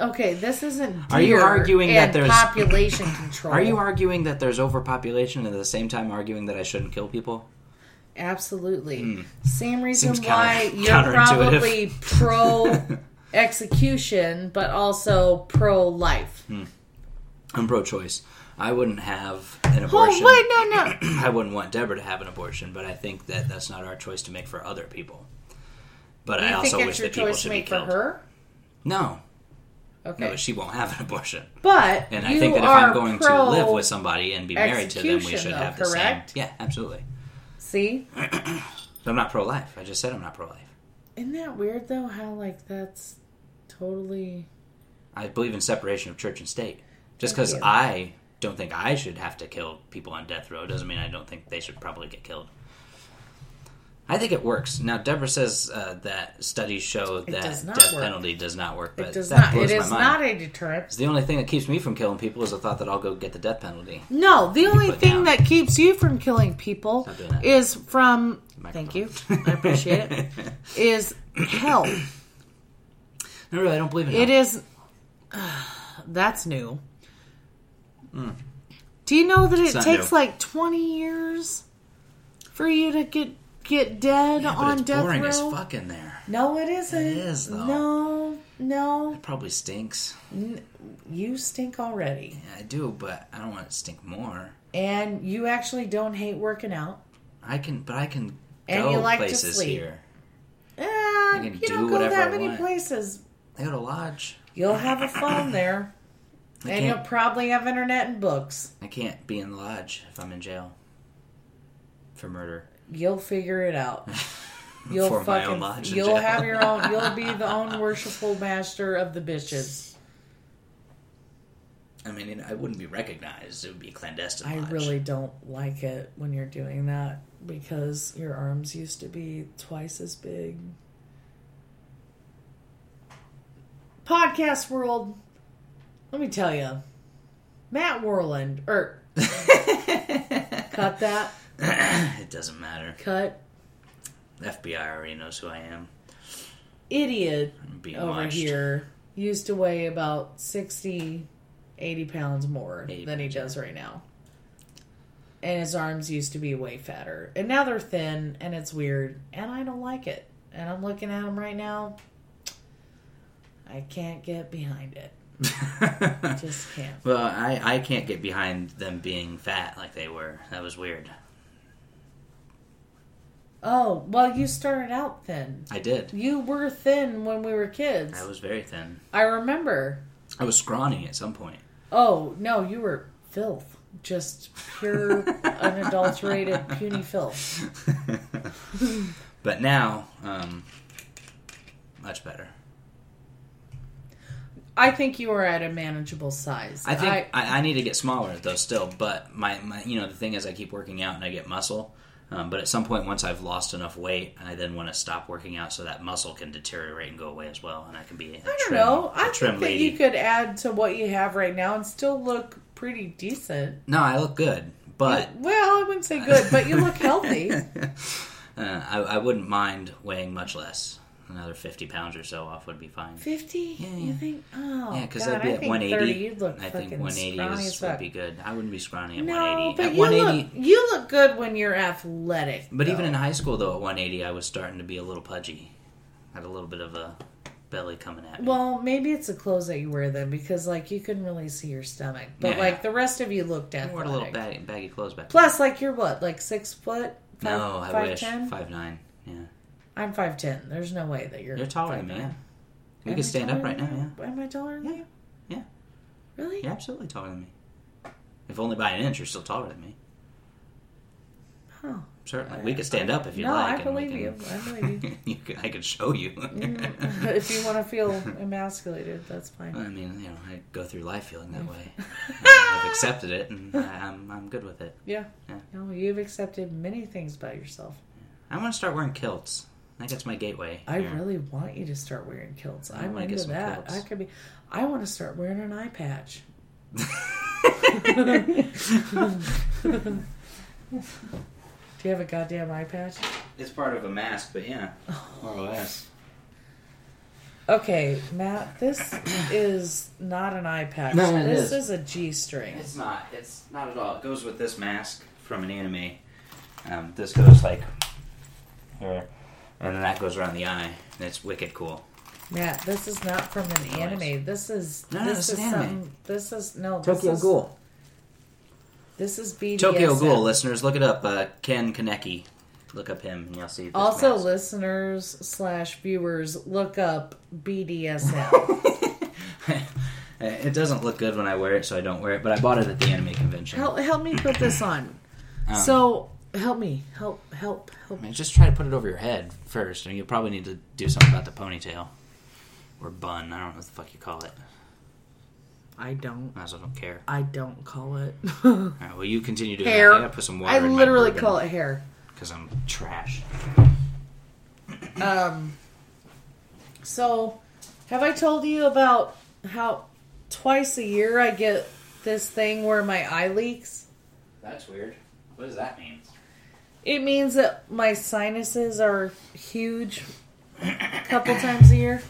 Speaker 2: okay, this isn't.
Speaker 1: Are you
Speaker 2: deer
Speaker 1: arguing that
Speaker 2: and
Speaker 1: there's- (coughs)
Speaker 2: population control?
Speaker 1: Are you arguing that there's overpopulation and at the same time arguing that I shouldn't kill people?
Speaker 2: Absolutely. Same reason
Speaker 1: Hmm. Seems
Speaker 2: why
Speaker 1: counter-
Speaker 2: you're probably
Speaker 1: counterintuitive.
Speaker 2: pro execution, but also pro life.
Speaker 1: (laughs) Hmm. I'm pro choice. I wouldn't have an
Speaker 2: Oh,
Speaker 1: abortion.
Speaker 2: wait, no, no.
Speaker 1: (clears throat) I wouldn't want Deborah to have an abortion, but I think that that's not our choice to make for other people. But I
Speaker 2: you
Speaker 1: also
Speaker 2: think
Speaker 1: wish
Speaker 2: it's your
Speaker 1: that people
Speaker 2: choice to
Speaker 1: should be
Speaker 2: make for
Speaker 1: killed.
Speaker 2: her?
Speaker 1: No,
Speaker 2: Okay.
Speaker 1: no, she won't have an abortion.
Speaker 2: But
Speaker 1: And
Speaker 2: you
Speaker 1: I think that if
Speaker 2: are
Speaker 1: I'm going to
Speaker 2: pro-
Speaker 1: live with somebody and be married to them, we
Speaker 2: execution,
Speaker 1: should
Speaker 2: though,
Speaker 1: have
Speaker 2: correct?
Speaker 1: the same. Yeah, absolutely.
Speaker 2: see,
Speaker 1: But I'm not pro life. I just said I'm not pro life.
Speaker 2: isn't that weird though? How like that's totally
Speaker 1: I believe in separation of church and state. Just because
Speaker 2: Thank you.
Speaker 1: I don't think I should have to kill people on death row doesn't mean I don't think they should probably get killed. I think it works. Now, Deborah says uh, that studies show that
Speaker 2: does
Speaker 1: death
Speaker 2: not work.
Speaker 1: penalty does not work, but
Speaker 2: it does
Speaker 1: that
Speaker 2: not.
Speaker 1: blows
Speaker 2: It is
Speaker 1: my mind.
Speaker 2: not a deterrent.
Speaker 1: It's the only thing that keeps me from killing people is the thought that I'll go get the death penalty.
Speaker 2: No, the only
Speaker 1: put
Speaker 2: thing
Speaker 1: down.
Speaker 2: that keeps you from killing people
Speaker 1: Stop doing that.
Speaker 2: is from. Thank you.
Speaker 1: Microphone.
Speaker 2: I
Speaker 1: (laughs)
Speaker 2: appreciate it. Is help.
Speaker 1: No, really, I don't believe in
Speaker 2: It
Speaker 1: hell.
Speaker 2: is. (sighs) that's new. Do you know that it
Speaker 1: Hmm. not
Speaker 2: takes
Speaker 1: new.
Speaker 2: like twenty years for you to get get dead
Speaker 1: Yeah, but
Speaker 2: on
Speaker 1: it's
Speaker 2: death
Speaker 1: boring
Speaker 2: row?
Speaker 1: as fuck in there.
Speaker 2: No, it isn't.
Speaker 1: It is, though.
Speaker 2: No, no.
Speaker 1: It probably stinks.
Speaker 2: You stink already,
Speaker 1: Yeah, I do, but I don't want it to stink more.
Speaker 2: and you actually don't hate working out.
Speaker 1: I can, but I can
Speaker 2: And
Speaker 1: go
Speaker 2: you like to
Speaker 1: places
Speaker 2: sleep.
Speaker 1: here.
Speaker 2: Eh,
Speaker 1: can
Speaker 2: you
Speaker 1: do
Speaker 2: don't go
Speaker 1: whatever
Speaker 2: that
Speaker 1: I
Speaker 2: many
Speaker 1: want.
Speaker 2: places.
Speaker 1: I go to lodge.
Speaker 2: You'll have a phone there,
Speaker 1: (coughs) I
Speaker 2: and you'll
Speaker 1: can't,
Speaker 2: probably have internet and books.
Speaker 1: I can't be in the lodge if I'm in jail for murder. (laughs)
Speaker 2: You'll figure it out. You'll
Speaker 1: For my own
Speaker 2: fucking.
Speaker 1: lodge in
Speaker 2: you'll
Speaker 1: jail.
Speaker 2: have your own. You'll be the own worshipful master of the bitches.
Speaker 1: (laughs) I mean, I wouldn't be recognized. It would be clandestine.
Speaker 2: I
Speaker 1: lodge.
Speaker 2: really don't like it when you're doing that because your arms used to be twice as big. Podcast world, let me tell you, Matt Warland, or
Speaker 1: (laughs)
Speaker 2: cut that,
Speaker 1: (laughs) It doesn't matter.
Speaker 2: cut,
Speaker 1: FBI already knows who I am.
Speaker 2: idiot
Speaker 1: I'm being
Speaker 2: over
Speaker 1: watched.
Speaker 2: here used to weigh about 60, 80 pounds more
Speaker 1: 80
Speaker 2: than he
Speaker 1: pounds,
Speaker 2: does right now. And his arms used to be way fatter. And now they're thin and it's weird. And I don't like it. And I'm looking at him right now. I can't get behind it. Just can't.
Speaker 1: (laughs) well, I, I can't get behind them being fat like they were. That was weird.
Speaker 2: Oh, well, you started out thin.
Speaker 1: I did.
Speaker 2: You were thin when we were kids.
Speaker 1: I was very thin.
Speaker 2: I remember.
Speaker 1: I was scrawny at some point.
Speaker 2: Oh, no, you were filth. Just
Speaker 1: (laughs)
Speaker 2: pure, unadulterated, puny filth.
Speaker 1: (laughs) But now, um, much better.
Speaker 2: I think you are at a manageable size.
Speaker 1: I think I, I, need to get smaller though still, but my, my you know the thing is I keep working out and I get muscle. Um, but at some point, once I've lost enough weight, I then want to stop working out so that muscle can deteriorate and go away as well, and I can be. I
Speaker 2: I don't know. I
Speaker 1: trim
Speaker 2: think that
Speaker 1: lady.
Speaker 2: you could add to what you have right now and still look pretty decent.
Speaker 1: No, I look good, but
Speaker 2: Well, I wouldn't say good, but you
Speaker 1: (laughs)
Speaker 2: look healthy.
Speaker 1: uh, I, I wouldn't mind weighing much less. Another fifty pounds or so off would be fine.
Speaker 2: Fifty?
Speaker 1: Yeah,
Speaker 2: You
Speaker 1: yeah.
Speaker 2: think? Oh,
Speaker 1: Yeah, because
Speaker 2: God,
Speaker 1: I'd be
Speaker 2: I
Speaker 1: at
Speaker 2: think
Speaker 1: one
Speaker 2: 30,
Speaker 1: eighty.
Speaker 2: You'd look
Speaker 1: I
Speaker 2: fucking
Speaker 1: think one eighty
Speaker 2: scrawny as
Speaker 1: is
Speaker 2: fuck.
Speaker 1: would be good. I wouldn't be scrawny at one
Speaker 2: No,
Speaker 1: eighty.
Speaker 2: but
Speaker 1: At
Speaker 2: you
Speaker 1: one
Speaker 2: look,
Speaker 1: eighty,
Speaker 2: you look good when you're athletic.
Speaker 1: but
Speaker 2: though.
Speaker 1: even in high school though, at one eighty, I was starting to be a little pudgy. Had a little bit of a belly coming at me.
Speaker 2: well, maybe it's the clothes that you wear then, because like you couldn't really see your stomach, but
Speaker 1: Yeah.
Speaker 2: like the rest of you looked
Speaker 1: I
Speaker 2: athletic.
Speaker 1: wore a little baggy, baggy clothes back.
Speaker 2: Plus, like you're what, like six foot? Five,
Speaker 1: no, I
Speaker 2: five
Speaker 1: wish
Speaker 2: ten?
Speaker 1: five nine. Yeah,
Speaker 2: I'm five ten. There's no way that you're.
Speaker 1: you're taller than me. Yeah, we could stand up right now. Yeah.
Speaker 2: Yeah. Am I taller than
Speaker 1: Yeah,
Speaker 2: you?
Speaker 1: yeah.
Speaker 2: Really?
Speaker 1: You're absolutely taller than me. If only by an inch, you're still taller than me. (laughs)
Speaker 2: Huh.
Speaker 1: Certainly, we could stand up if you
Speaker 2: No,
Speaker 1: like.
Speaker 2: I
Speaker 1: and we
Speaker 2: believe you. I believe you.
Speaker 1: (laughs) you could, I could show you.
Speaker 2: Mm, (laughs) if you want to feel emasculated, that's
Speaker 1: (laughs)
Speaker 2: fine.
Speaker 1: I mean, you know, I go through life feeling
Speaker 2: Mm.
Speaker 1: that
Speaker 2: (laughs)
Speaker 1: way. I've accepted it, and I, I'm I'm good with it.
Speaker 2: Yeah.
Speaker 1: Yeah.
Speaker 2: No, you've accepted many things about yourself.
Speaker 1: I want to start wearing kilts. I think that's my gateway.
Speaker 2: I
Speaker 1: here.
Speaker 2: really want you to start wearing kilts.
Speaker 1: I
Speaker 2: I'm
Speaker 1: wanna get
Speaker 2: into
Speaker 1: some
Speaker 2: that.
Speaker 1: kilts.
Speaker 2: I could be. I want to start wearing an eye patch. Do you have a goddamn eye patch? (laughs)
Speaker 1: it's part of a mask, but yeah, more or less.
Speaker 2: Okay, Matt. This is not an eye patch.
Speaker 1: No, it
Speaker 2: this
Speaker 1: is.
Speaker 2: is a G string.
Speaker 1: It's not. It's not at all. It goes with this mask from an anime. Um, this goes like here, and then that goes around the eye. And it's wicked cool.
Speaker 2: Matt, this is not from an
Speaker 1: Nice.
Speaker 2: anime. This is
Speaker 1: No, no,
Speaker 2: this
Speaker 1: it's
Speaker 2: is
Speaker 1: an anime.
Speaker 2: something. This is no. this is, This is BDSM.
Speaker 1: Tokyo Ghoul, listeners, look it up. Uh, Ken Kaneki. Look up him, and you'll see. This
Speaker 2: Also,
Speaker 1: mask.
Speaker 2: listeners slash viewers, look up
Speaker 1: (laughs)
Speaker 2: BDSM.
Speaker 1: it doesn't look good when I wear it, so I don't wear it. But I bought it at the anime convention.
Speaker 2: help, help me put this on.
Speaker 1: Um,
Speaker 2: so help me, help, help, help.
Speaker 1: I mean, just try to put it over your head first, and you'll probably need to do something about the ponytail or bun. I don't know what the fuck you call it.
Speaker 2: I don't.
Speaker 1: I also don't care.
Speaker 2: I don't call it (laughs)
Speaker 1: All right, well, you continue doing
Speaker 2: hair.
Speaker 1: that. I gotta put some water.
Speaker 2: I literally call it hair.
Speaker 1: because I'm trash.
Speaker 2: Um. So, have I told you about how twice a year I get this thing where my eye leaks?
Speaker 1: That's weird. What does that mean?
Speaker 2: It means that my sinuses are huge a couple times a year.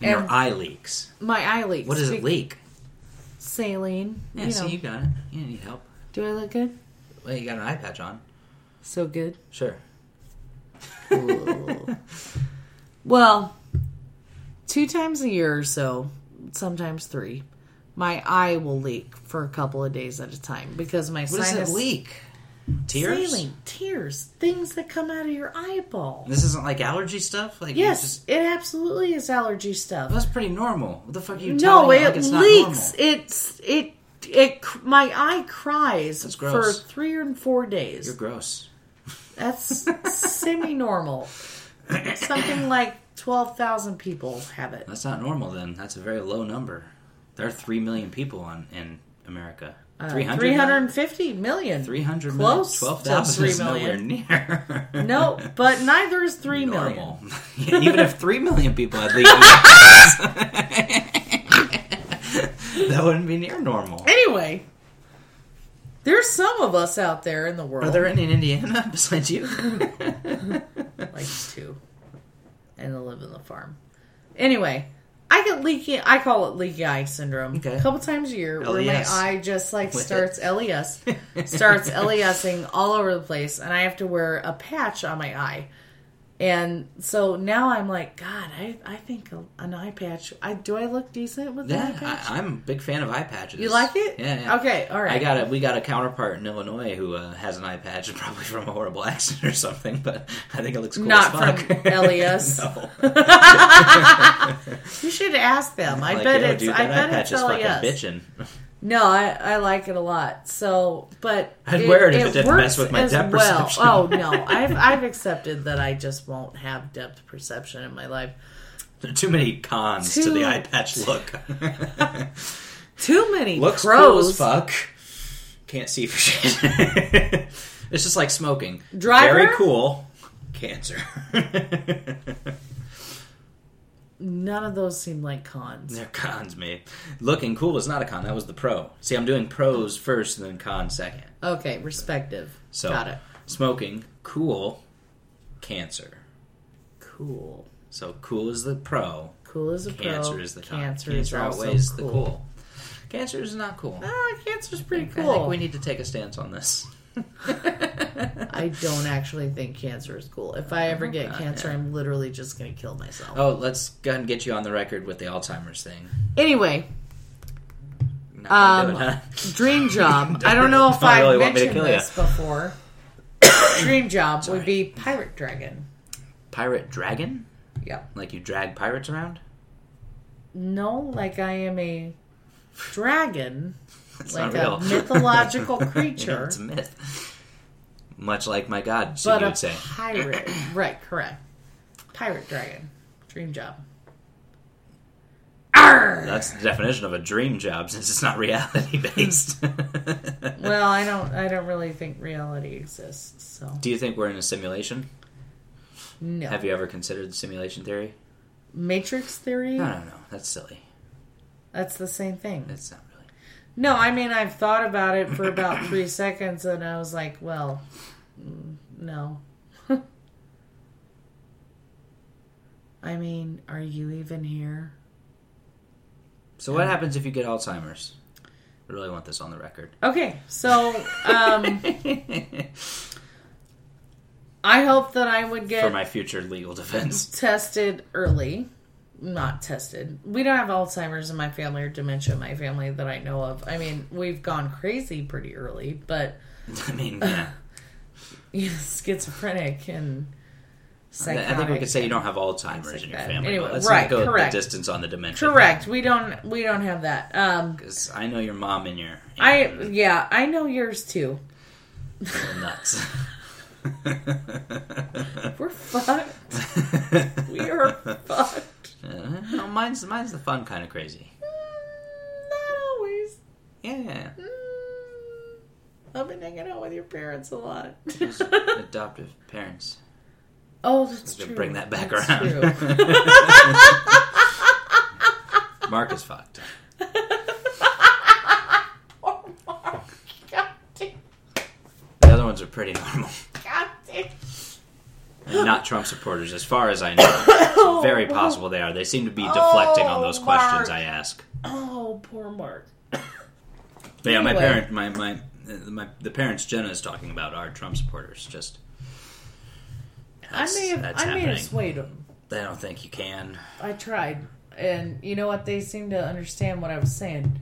Speaker 1: Your
Speaker 2: And-
Speaker 1: eye leaks.
Speaker 2: My eye leaks.
Speaker 1: What does it
Speaker 2: Be-
Speaker 1: leak?
Speaker 2: Saline.
Speaker 1: Yeah,
Speaker 2: you
Speaker 1: see,
Speaker 2: know.
Speaker 1: you got it. You need help.
Speaker 2: Do I look good?
Speaker 1: Well, you got an eye patch on.
Speaker 2: So good.
Speaker 1: Sure.
Speaker 2: (laughs) Well, two times a year or so, sometimes three, my eye will leak for a couple of days at a time because my
Speaker 1: What
Speaker 2: sinus
Speaker 1: does it leak? Tears.
Speaker 2: Saline, tears, things that come out of your eyeball.
Speaker 1: This isn't like allergy stuff. Like you
Speaker 2: Yes,
Speaker 1: just-
Speaker 2: it absolutely is allergy stuff.
Speaker 1: that's pretty normal. What the fuck are you
Speaker 2: No,
Speaker 1: telling me?
Speaker 2: it
Speaker 1: Like it's not normal?
Speaker 2: leaks. It's it it. cr- My eye cries
Speaker 1: That's
Speaker 2: for
Speaker 1: gross.
Speaker 2: three or four days.
Speaker 1: You're gross. (laughs)
Speaker 2: That's semi-normal. Something like twelve thousand people have it.
Speaker 1: That's not normal. Then that's a very low number. There are three million people on in America. Three hundred.
Speaker 2: Uh, Three hundred and fifty million.
Speaker 1: 300
Speaker 2: Close
Speaker 1: Twelve
Speaker 2: to
Speaker 1: thousand
Speaker 2: three
Speaker 1: is nowhere
Speaker 2: million.
Speaker 1: near. (laughs)
Speaker 2: No, but neither is three million.
Speaker 1: normal. (laughs) Even if three million people (laughs)
Speaker 2: (laughs)
Speaker 1: had leaked, that wouldn't be near normal.
Speaker 2: Anyway, there's some of us out there in the world.
Speaker 1: Are there any in Indiana (laughs) besides
Speaker 2: (laughs)
Speaker 1: you?
Speaker 2: like two, and I live in the farm. Anyway, I get leaky. I call it leaky eye syndrome.
Speaker 1: Okay. E
Speaker 2: A couple times a year, where my
Speaker 1: LES.
Speaker 2: eye just like
Speaker 1: With
Speaker 2: starts
Speaker 1: (laughs)
Speaker 2: les starts lesing all over the place, and I have to wear a patch on my eye. And so now I'm like, God, I, I think a- an eye patch. I do I look decent with an eye
Speaker 1: yeah,
Speaker 2: patch?
Speaker 1: I, I'm a big fan of eye patches.
Speaker 2: you like it?
Speaker 1: Yeah. yeah.
Speaker 2: Okay. All right.
Speaker 1: I got a we got a counterpart in Illinois who uh, has an eye patch, (laughs) probably from a horrible accident or something. But I think it looks cool
Speaker 2: Not
Speaker 1: as
Speaker 2: from E
Speaker 1: fuck. (laughs)
Speaker 2: LES. (laughs)
Speaker 1: no.
Speaker 2: You should ask them. I
Speaker 1: Like,
Speaker 2: bet
Speaker 1: yo,
Speaker 2: it's.
Speaker 1: dude,
Speaker 2: I
Speaker 1: that eye
Speaker 2: bet
Speaker 1: patch
Speaker 2: it's E
Speaker 1: is
Speaker 2: LES.
Speaker 1: fucking bitching. (laughs)
Speaker 2: No, I, I like it a lot. So, but
Speaker 1: I'd wear it if it didn't
Speaker 2: works
Speaker 1: mess with my
Speaker 2: as
Speaker 1: depth perception. (laughs)
Speaker 2: Oh no, I've I've accepted that I just won't have depth perception in my life.
Speaker 1: There are too many cons to
Speaker 2: Too-
Speaker 1: the eye
Speaker 2: (laughs)
Speaker 1: patch look. (laughs)
Speaker 2: Too many
Speaker 1: Looks cool as
Speaker 2: pros.
Speaker 1: fuck. Can't see for shit. (laughs) it's just like smoking.
Speaker 2: Driver?
Speaker 1: Very cool. Cancer.
Speaker 2: none of those seem like cons.
Speaker 1: (laughs) They're cons, me. Looking cool is not a con. That was the pro. See, I'm doing pros first and then cons second.
Speaker 2: Okay, respective.
Speaker 1: So
Speaker 2: Got it.
Speaker 1: smoking, cool, cancer.
Speaker 2: Cool.
Speaker 1: So cool is the pro.
Speaker 2: Cool is a pro.
Speaker 1: Cancer is the con.
Speaker 2: Cancer, is
Speaker 1: cancer
Speaker 2: also
Speaker 1: outweighs
Speaker 2: cool.
Speaker 1: the cool. Cancer is not cool.
Speaker 2: Ah, cancer's pretty
Speaker 1: I
Speaker 2: cool.
Speaker 1: think we need to take a stance on
Speaker 2: (laughs)
Speaker 1: this.
Speaker 2: I don't actually think cancer is cool. If I
Speaker 1: (laughs)
Speaker 2: ever get
Speaker 1: God,
Speaker 2: cancer,
Speaker 1: Oh, yeah.
Speaker 2: I'm literally just going to kill myself.
Speaker 1: Oh, let's go ahead and get you on the record with the Alzheimer's thing.
Speaker 2: Anyway,
Speaker 1: Not gonna
Speaker 2: Um,
Speaker 1: do it, huh?
Speaker 2: dream job. I
Speaker 1: (laughs)
Speaker 2: don't know if
Speaker 1: Don't
Speaker 2: I've
Speaker 1: really want me to
Speaker 2: mentioned
Speaker 1: kill ya. (coughs)
Speaker 2: this before. dream job would be pirate dragon.
Speaker 1: Pirate dragon?
Speaker 2: Yep.
Speaker 1: Like you drag pirates around?
Speaker 2: No, like I am a dragon,
Speaker 1: That's
Speaker 2: like
Speaker 1: not real.
Speaker 2: a
Speaker 1: (laughs)
Speaker 2: mythological
Speaker 1: Yeah,
Speaker 2: creature,
Speaker 1: it's a myth. Much like my god, so
Speaker 2: but
Speaker 1: you
Speaker 2: a
Speaker 1: would say. (coughs)
Speaker 2: pirate. right, correct. Pirate dragon. Dream job. Arr!
Speaker 1: That's the definition of a dream job (laughs) since it's not reality based.
Speaker 2: well, I don't. I don't really think reality exists. So
Speaker 1: (laughs) Do you think we're in a simulation?
Speaker 2: no.
Speaker 1: Have you ever considered simulation theory?
Speaker 2: Matrix theory.
Speaker 1: No, no, no. That's silly.
Speaker 2: That's the same thing.
Speaker 1: That's not really.
Speaker 2: No, I mean I've thought about it for about three (coughs) seconds, and I was like, "Well, mm, no." (laughs) I mean, are you even here?
Speaker 1: So, what happens if you get Alzheimer's? I really want this on the record.
Speaker 2: Okay, so um, I hope that I would
Speaker 1: (laughs) For
Speaker 2: get
Speaker 1: my future legal defense. (laughs)
Speaker 2: tested early. Not tested. We don't have Alzheimer's in my family or dementia in my family that I know of. I mean, we've gone crazy pretty early, but (laughs)
Speaker 1: I mean, yeah.
Speaker 2: you know, schizophrenic and psychotic.
Speaker 1: I think we could say you don't have Alzheimer's
Speaker 2: Like
Speaker 1: in your
Speaker 2: that.
Speaker 1: family.
Speaker 2: Anyway,
Speaker 1: but let's
Speaker 2: right,
Speaker 1: not go
Speaker 2: correct.
Speaker 1: the distance on the dimension.
Speaker 2: Correct. We don't we don't have that. Um
Speaker 1: Because I know your mom and your aunt
Speaker 2: I yeah, I know yours too.
Speaker 1: are nuts.
Speaker 2: We're fucked. (laughs) We
Speaker 1: (laughs)
Speaker 2: are fucked.
Speaker 1: Uh, no, mine's mine's the fun kind of crazy.
Speaker 2: Mm, Not always.
Speaker 1: Yeah, yeah, yeah.
Speaker 2: Mm, I've been hanging out with your parents a lot. (laughs)
Speaker 1: Those adoptive parents.
Speaker 2: oh, that's
Speaker 1: Just
Speaker 2: true.
Speaker 1: bring that back
Speaker 2: That's true.
Speaker 1: (laughs) around. Mark is fucked.
Speaker 2: Oh my god. damn-
Speaker 1: The other ones are pretty normal.
Speaker 2: God damn.
Speaker 1: And not Trump supporters, as far as I know. It's very
Speaker 2: Oh,
Speaker 1: possible they are. They seem to be deflecting on those
Speaker 2: Oh,
Speaker 1: questions
Speaker 2: Mark.
Speaker 1: I ask.
Speaker 2: Oh, poor Mark.
Speaker 1: But yeah, my
Speaker 2: Anyway.
Speaker 1: parent, my my, uh, my the parents Jenna is talking about are Trump supporters. Just
Speaker 2: I may have
Speaker 1: that's
Speaker 2: I may have
Speaker 1: happening.
Speaker 2: swayed him.
Speaker 1: they don't think you can.
Speaker 2: I tried. And you know what? They seemed to understand what I was saying.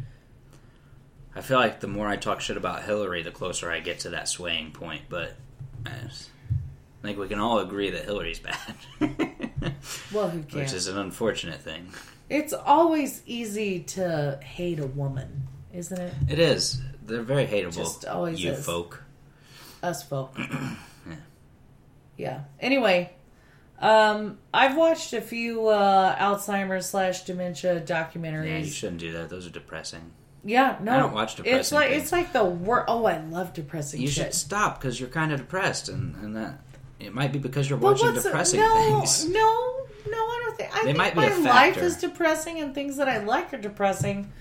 Speaker 1: I feel like the more I talk shit about Hillary, the closer I get to that swaying point. But I just- I think we can all agree that Hillary's bad, (laughs)
Speaker 2: Well, who cares?
Speaker 1: which is an unfortunate thing.
Speaker 2: It's always easy to hate a woman, isn't it?
Speaker 1: It is. They're very hateable.
Speaker 2: Just always
Speaker 1: you
Speaker 2: is.
Speaker 1: folk. (clears throat)
Speaker 2: Us folk. yeah. Anyway, um, I've watched a few uh, Alzheimer's slash dementia
Speaker 1: Yeah, you
Speaker 2: documentaries.
Speaker 1: shouldn't do that. Those are depressing.
Speaker 2: Yeah, no,
Speaker 1: I don't watch
Speaker 2: It's
Speaker 1: depressing
Speaker 2: like
Speaker 1: things.
Speaker 2: it's like the worst. Oh, I love depressing
Speaker 1: You should
Speaker 2: shit.
Speaker 1: stop because you're kind of depressed, and and that it might be because you're
Speaker 2: But
Speaker 1: watching
Speaker 2: what's-
Speaker 1: depressing
Speaker 2: no,
Speaker 1: things.
Speaker 2: No, no, I don't think. I think
Speaker 1: might be
Speaker 2: my
Speaker 1: a
Speaker 2: life
Speaker 1: factor.
Speaker 2: is depressing, and things that I like are depressing.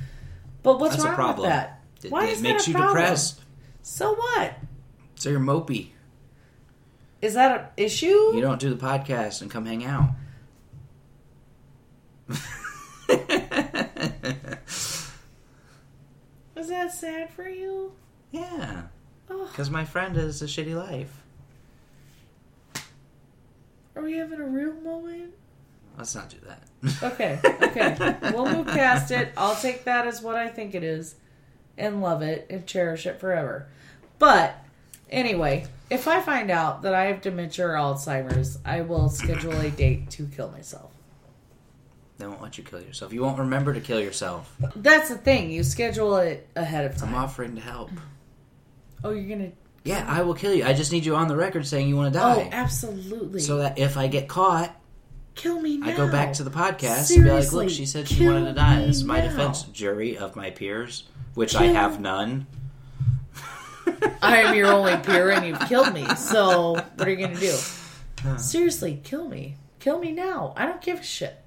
Speaker 2: But what's
Speaker 1: That's
Speaker 2: wrong
Speaker 1: a problem.
Speaker 2: with that?
Speaker 1: It,
Speaker 2: Why
Speaker 1: it
Speaker 2: is
Speaker 1: makes
Speaker 2: that a
Speaker 1: you
Speaker 2: problem?
Speaker 1: depressed.
Speaker 2: So what?
Speaker 1: So you're mopey.
Speaker 2: Is that an issue? You
Speaker 1: You don't do the podcast and come hang out. (laughs)
Speaker 2: Is that sad for you?
Speaker 1: yeah,
Speaker 2: Oh,
Speaker 1: because my friend has a shitty life.
Speaker 2: are we having a real moment?
Speaker 1: Let's not do that.
Speaker 2: Okay, okay. we'll move past it. I'll take that as what I think it is and love it and cherish it forever. But anyway, if I find out that I have dementia or Alzheimer's, I will schedule a date to kill myself.
Speaker 1: They won't let you kill yourself. You won't remember to kill yourself.
Speaker 2: That's the thing. You schedule it ahead of
Speaker 1: I'm
Speaker 2: time.
Speaker 1: offering to help.
Speaker 2: Oh, you're going to.
Speaker 1: Yeah, I will kill you. I just need you on the record saying you want to
Speaker 2: Oh,
Speaker 1: die,
Speaker 2: absolutely.
Speaker 1: so that if I get caught,
Speaker 2: kill me now.
Speaker 1: I go back to the podcast and be like,
Speaker 2: Seriously,
Speaker 1: look, she said she
Speaker 2: kill
Speaker 1: wanted to die.
Speaker 2: me
Speaker 1: This is my
Speaker 2: now.
Speaker 1: defense jury of my peers, which I
Speaker 2: Kill-
Speaker 1: have none.
Speaker 2: (laughs) I am your only peer and you've killed me. So what are you gonna do? Seriously, kill me. Kill me now. I don't give a shit.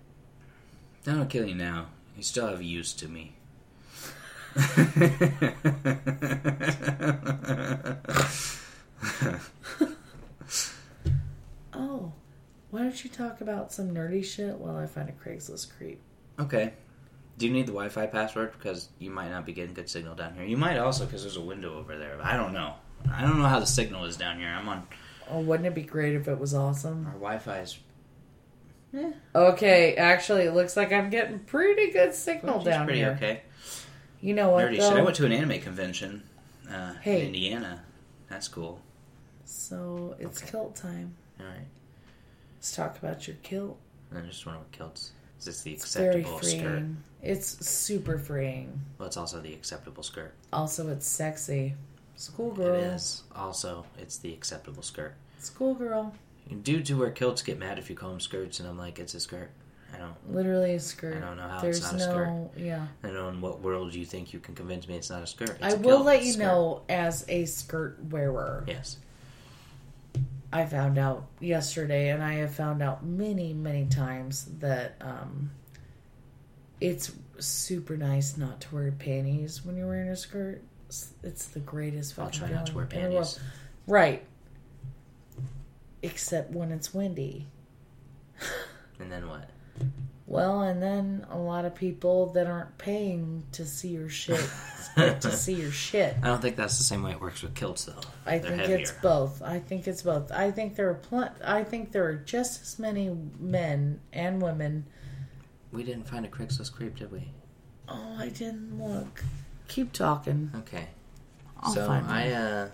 Speaker 1: That'll kill you now. You still have use to me. (laughs)
Speaker 2: Oh, why don't you talk about some nerdy shit while I find a Craigslist creep?
Speaker 1: okay. Do you need the Wi-Fi password? Because you might not be getting good signal down here. You might also because there's a window over there. I don't know. I don't know how the signal is down here. I'm on
Speaker 2: Oh, wouldn't it be great if it was awesome?
Speaker 1: our Wi-Fi is
Speaker 2: Okay, actually, it looks like I'm getting pretty good signal
Speaker 1: which is
Speaker 2: down
Speaker 1: pretty
Speaker 2: here.
Speaker 1: okay.
Speaker 2: You know what?
Speaker 1: Nerdy shit. I
Speaker 2: though?
Speaker 1: went to an anime convention uh,
Speaker 2: Hey.
Speaker 1: in Indiana. That's cool.
Speaker 2: So it's
Speaker 1: Okay.
Speaker 2: kilt time.
Speaker 1: All right.
Speaker 2: Let's talk about your kilt.
Speaker 1: I just wonder what kilts. Is this the
Speaker 2: It's very
Speaker 1: acceptable
Speaker 2: freeing.
Speaker 1: skirt?
Speaker 2: It's super freeing.
Speaker 1: Well, it's also the acceptable skirt.
Speaker 2: Also, it's sexy.
Speaker 1: It
Speaker 2: Schoolgirl.
Speaker 1: is. Also, it's the acceptable skirt.
Speaker 2: Schoolgirl.
Speaker 1: Dudes who wear kilts get mad if you call them skirts, and I'm like, it's a skirt. I don't.
Speaker 2: Literally a skirt.
Speaker 1: I don't know how it's
Speaker 2: There's
Speaker 1: not a
Speaker 2: no, Yeah.
Speaker 1: I don't know in what world you think you can convince me it's not a skirt. It's
Speaker 2: I
Speaker 1: a
Speaker 2: will
Speaker 1: kilt.
Speaker 2: let you
Speaker 1: Skirt.
Speaker 2: know as a skirt wearer.
Speaker 1: Yes.
Speaker 2: I found out yesterday, and I have found out many, many times that um, it's super nice not to wear panties when you're wearing a skirt. It's, it's the greatest
Speaker 1: I'll
Speaker 2: fucking
Speaker 1: try not to wear
Speaker 2: feeling in the world.
Speaker 1: panties.
Speaker 2: Right. Except when it's windy. (laughs)
Speaker 1: And then what?
Speaker 2: Well, and then a lot of people that aren't paying to see
Speaker 1: (laughs)
Speaker 2: your shit get to see your shit.
Speaker 1: I don't think that's the same way it works with kilts, though.
Speaker 2: I
Speaker 1: They're
Speaker 2: think
Speaker 1: heavier.
Speaker 2: it's both. I think it's both. I think there are pl- I think there are just as many men and women.
Speaker 1: We didn't find a Craigslist creep, did we?
Speaker 2: Oh, I didn't look. Keep talking.
Speaker 1: Okay.
Speaker 2: I'll
Speaker 1: so
Speaker 2: find
Speaker 1: I
Speaker 2: one.
Speaker 1: uh,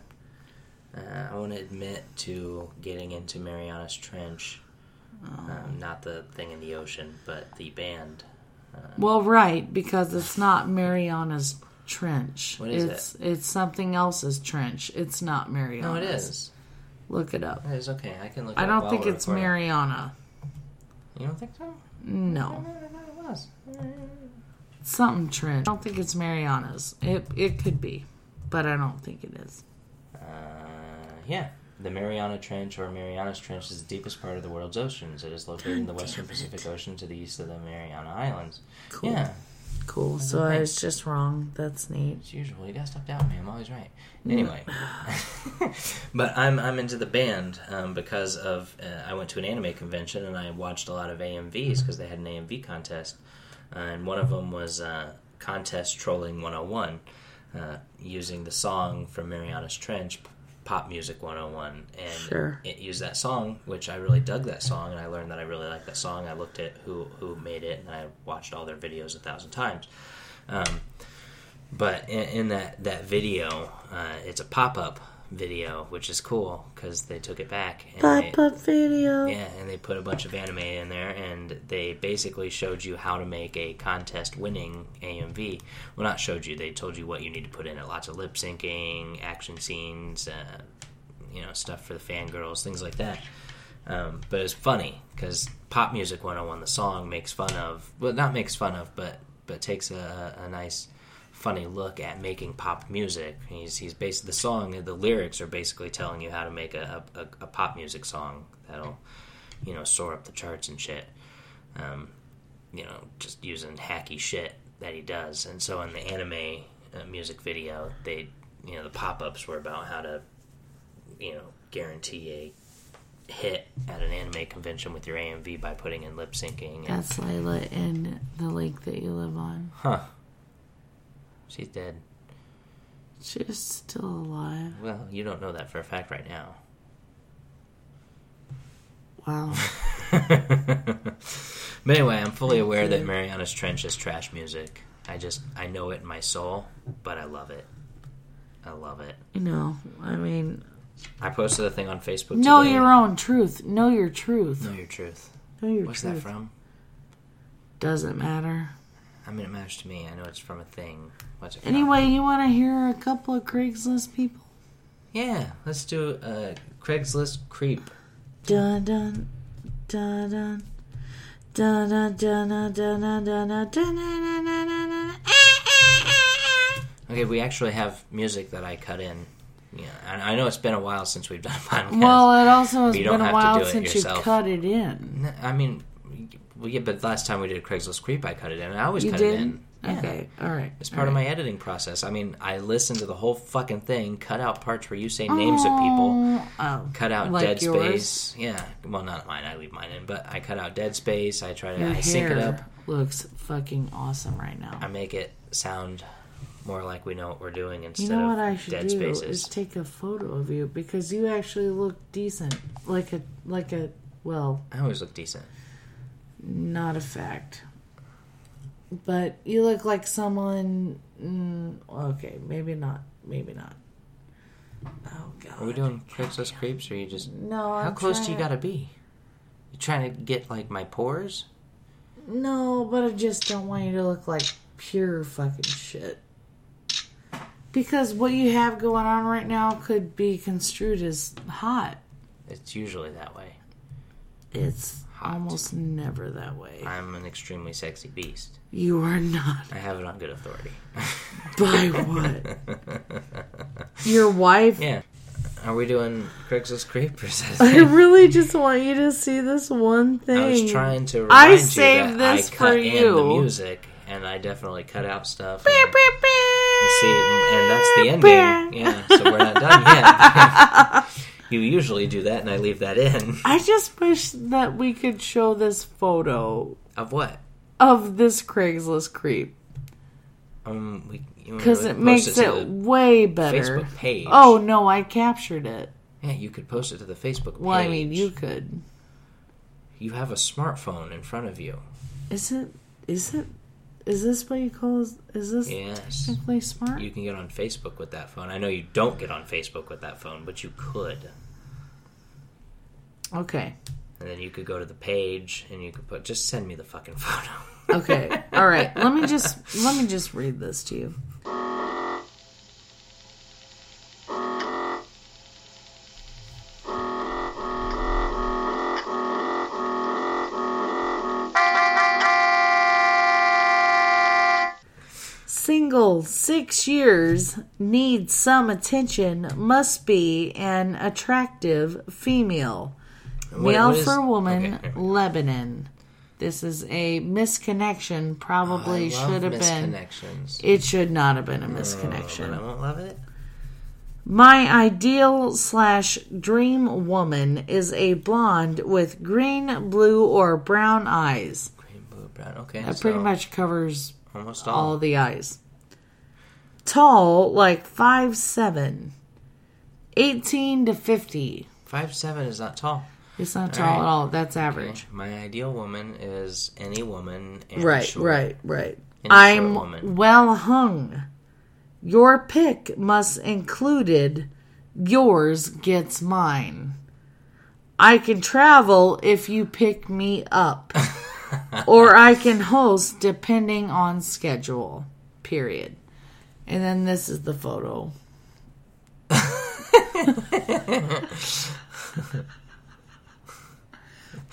Speaker 1: uh, I want to admit to getting into Marianas Trench.
Speaker 2: Oh.
Speaker 1: Um, not the thing in the ocean, but the band.
Speaker 2: Well, right, because it's not Mariana's trench.
Speaker 1: What is
Speaker 2: it's it's something else's trench. It's not
Speaker 1: No,
Speaker 2: Mariana.
Speaker 1: it is.
Speaker 2: Look it up.
Speaker 1: It is okay. I can look. it
Speaker 2: I
Speaker 1: up
Speaker 2: don't
Speaker 1: while
Speaker 2: think
Speaker 1: we're
Speaker 2: it's
Speaker 1: recording.
Speaker 2: Mariana.
Speaker 1: You don't think so?
Speaker 2: No.
Speaker 1: I thought it was.
Speaker 2: Something trench. I don't think it's Mariana's. It it could be, but I don't think it is.
Speaker 1: Uh, yeah. The Mariana Trench or Marianas Trench is the deepest part of the world's oceans. It is located in the western Pacific Ocean to the east of the Mariana Islands.
Speaker 2: Cool.
Speaker 1: Yeah,
Speaker 2: Cool. So I was just wrong. That's neat.
Speaker 1: As usual, you gotta stop doubting me. I'm always right. Anyway, (laughs) but I'm I'm into the band um, because of uh, I went to an anime convention and I watched a lot of AMVs because they had an AMV contest, uh, and one of them was uh, contest trolling 101, uh, using the song from Mariana's Trench, pop music 101, and
Speaker 2: Sure.
Speaker 1: it used that song, which I really dug that song, and I learned that I really liked that song. I looked at who who made it, and I watched all their videos a thousand times. Um, but in, in that that video, uh, it's a pop up video, which is cool because they took it back. And they-
Speaker 2: Pop up video.
Speaker 1: yeah, and they put a bunch of anime in there, and they basically showed you how to make a contest winning AMV. Well, not showed you, they told you what you need to put in it. Lots of lip syncing, action scenes, uh, you know, stuff for the fangirls, things like that. Um, but it's funny because Pop Music 101, the song, makes fun of, well, not makes fun of, but but takes a, a nice, funny look at making pop music. He's he's based the song, the lyrics are basically telling you how to make a, a, a pop music song that'll, you know, soar up the charts and shit. Um, you know, just using hacky shit that he does. And so in the anime uh, music video, they, you know, the pop ups were about how to, you know, guarantee a hit at an anime convention with your AMV by putting in lip syncing. And,
Speaker 2: That's Lila in the lake that you live on.
Speaker 1: huh. She's dead.
Speaker 2: She's still alive.
Speaker 1: Well, you don't know that for a fact right now. (laughs)
Speaker 2: Wow.
Speaker 1: But anyway, I'm fully aware that Mariana's Trench is trash music. I just, I know it in my soul, but I love it. I love it.
Speaker 2: You know, I mean,
Speaker 1: I posted a thing on Facebook.
Speaker 2: know
Speaker 1: today.
Speaker 2: your own truth. Know your truth.
Speaker 1: Know your truth.
Speaker 2: Know your
Speaker 1: What's
Speaker 2: truth.
Speaker 1: that from?
Speaker 2: Doesn't matter.
Speaker 1: I mean, it matters to me. I know it's from a thing. What's it from?
Speaker 2: Anyway, you want to hear a couple of Craigslist people?
Speaker 1: Yeah, let's do uh, Craigslist creep.
Speaker 2: Dun dun dun dun. Dun dun dun dun dun dun dun dun dun dun dun dun dun dun. Eh, eh, eh, eh.
Speaker 1: Okay, we actually have music that I cut in. Yeah, I, I know it's been a while since we've done (laughs) a podcast.
Speaker 2: Well, it also has
Speaker 1: You don't
Speaker 2: been a
Speaker 1: have to do
Speaker 2: while
Speaker 1: it
Speaker 2: since you
Speaker 1: yourself.
Speaker 2: cut it in.
Speaker 1: N- I mean, Well, yeah, but last time we did Craigslist Creep, I cut it in. I always
Speaker 2: You
Speaker 1: cut
Speaker 2: did?
Speaker 1: it in. Yeah.
Speaker 2: Okay, all right.
Speaker 1: It's part of my editing process. I mean, I listened to the whole fucking thing, cut out parts where you say names of people,
Speaker 2: Oh,
Speaker 1: cut out
Speaker 2: Like
Speaker 1: dead
Speaker 2: yours?
Speaker 1: space. Yeah, well, not mine. I leave mine in, but I cut out dead space. I try to
Speaker 2: your
Speaker 1: I sync it up.
Speaker 2: hair looks fucking awesome right now.
Speaker 1: I make it sound more like we know what we're doing instead
Speaker 2: you know
Speaker 1: of
Speaker 2: what I should
Speaker 1: dead
Speaker 2: do
Speaker 1: spaces.
Speaker 2: is take a photo of you because you actually look decent, like a like a well,
Speaker 1: I always look decent.
Speaker 2: not a fact, but you look like someone. Mm, okay, maybe not, maybe not. Oh god,
Speaker 1: Are we doing Craigslist creeps, or you just
Speaker 2: no.
Speaker 1: how
Speaker 2: I'm
Speaker 1: close do you
Speaker 2: trying
Speaker 1: gotta be? You trying to get like my pores?
Speaker 2: No, but I just don't want you to look like pure fucking shit. Because what you have going on right now could be construed as hot.
Speaker 1: It's usually that way.
Speaker 2: It's almost never that way.
Speaker 1: I'm an extremely sexy beast.
Speaker 2: You are not. (laughs)
Speaker 1: I have it on good authority.
Speaker 2: By
Speaker 1: (laughs)
Speaker 2: what? Your wife?
Speaker 1: Yeah. Are we doing Craigslist creep or is that a
Speaker 2: I
Speaker 1: thing?
Speaker 2: really just want you to see this one thing.
Speaker 1: I was trying to remind
Speaker 2: I
Speaker 1: you
Speaker 2: saved
Speaker 1: that
Speaker 2: this
Speaker 1: I cut
Speaker 2: for
Speaker 1: in the
Speaker 2: you.
Speaker 1: music and I definitely cut out stuff. and- See, and that's the end game. Yeah, so we're not done yet.
Speaker 2: (laughs)
Speaker 1: you usually do that, and I leave that in.
Speaker 2: I just wish that we could show this photo
Speaker 1: Of what?
Speaker 2: of this Craigslist creep
Speaker 1: Um, we you know,
Speaker 2: because
Speaker 1: we
Speaker 2: it
Speaker 1: post
Speaker 2: makes
Speaker 1: to
Speaker 2: it
Speaker 1: the
Speaker 2: way better.
Speaker 1: Facebook page.
Speaker 2: Oh no, I captured it.
Speaker 1: yeah, you could post it to the Facebook page.
Speaker 2: Well, I mean, you could.
Speaker 1: you have a smartphone in front of you.
Speaker 2: Is it? Is it? Is this what you call? Is, is this
Speaker 1: Yes,
Speaker 2: technically smart?
Speaker 1: you can get on Facebook with that phone. I know you don't get on Facebook with that phone, but you could.
Speaker 2: Okay.
Speaker 1: And then you could go to the page, and you could put just send me the fucking (laughs) photo.
Speaker 2: Okay. All right. Let me just let me just read this to you. Single six years needs some attention, must be an attractive female.
Speaker 1: What-
Speaker 2: Male
Speaker 1: what is-
Speaker 2: for woman,
Speaker 1: Okay, here we go.
Speaker 2: Lebanon. This is a misconnection. Probably
Speaker 1: I love
Speaker 2: should have been.
Speaker 1: misconnections.
Speaker 2: It should not have been a
Speaker 1: Oh, but I
Speaker 2: misconnection.
Speaker 1: won't love it.
Speaker 2: My ideal slash dream woman is a blonde with green, blue, or brown eyes.
Speaker 1: Green, blue, brown. Okay,
Speaker 2: That
Speaker 1: so Oh.
Speaker 2: pretty much covers
Speaker 1: almost
Speaker 2: all
Speaker 1: all.
Speaker 2: the eyes. Tall, like five seven. 18 to 50.
Speaker 1: Five seven is not tall.
Speaker 2: It's not tall
Speaker 1: right.
Speaker 2: at all. That's average.
Speaker 1: My ideal woman is any woman. And
Speaker 2: Right,
Speaker 1: short.
Speaker 2: right, right.
Speaker 1: And a short
Speaker 2: I'm
Speaker 1: woman.
Speaker 2: well hung. Your pick must included. Yours gets mine. I can travel if you pick me up,
Speaker 1: (laughs)
Speaker 2: or I can host depending on schedule. Period. And then this is the
Speaker 1: (laughs)
Speaker 2: photo.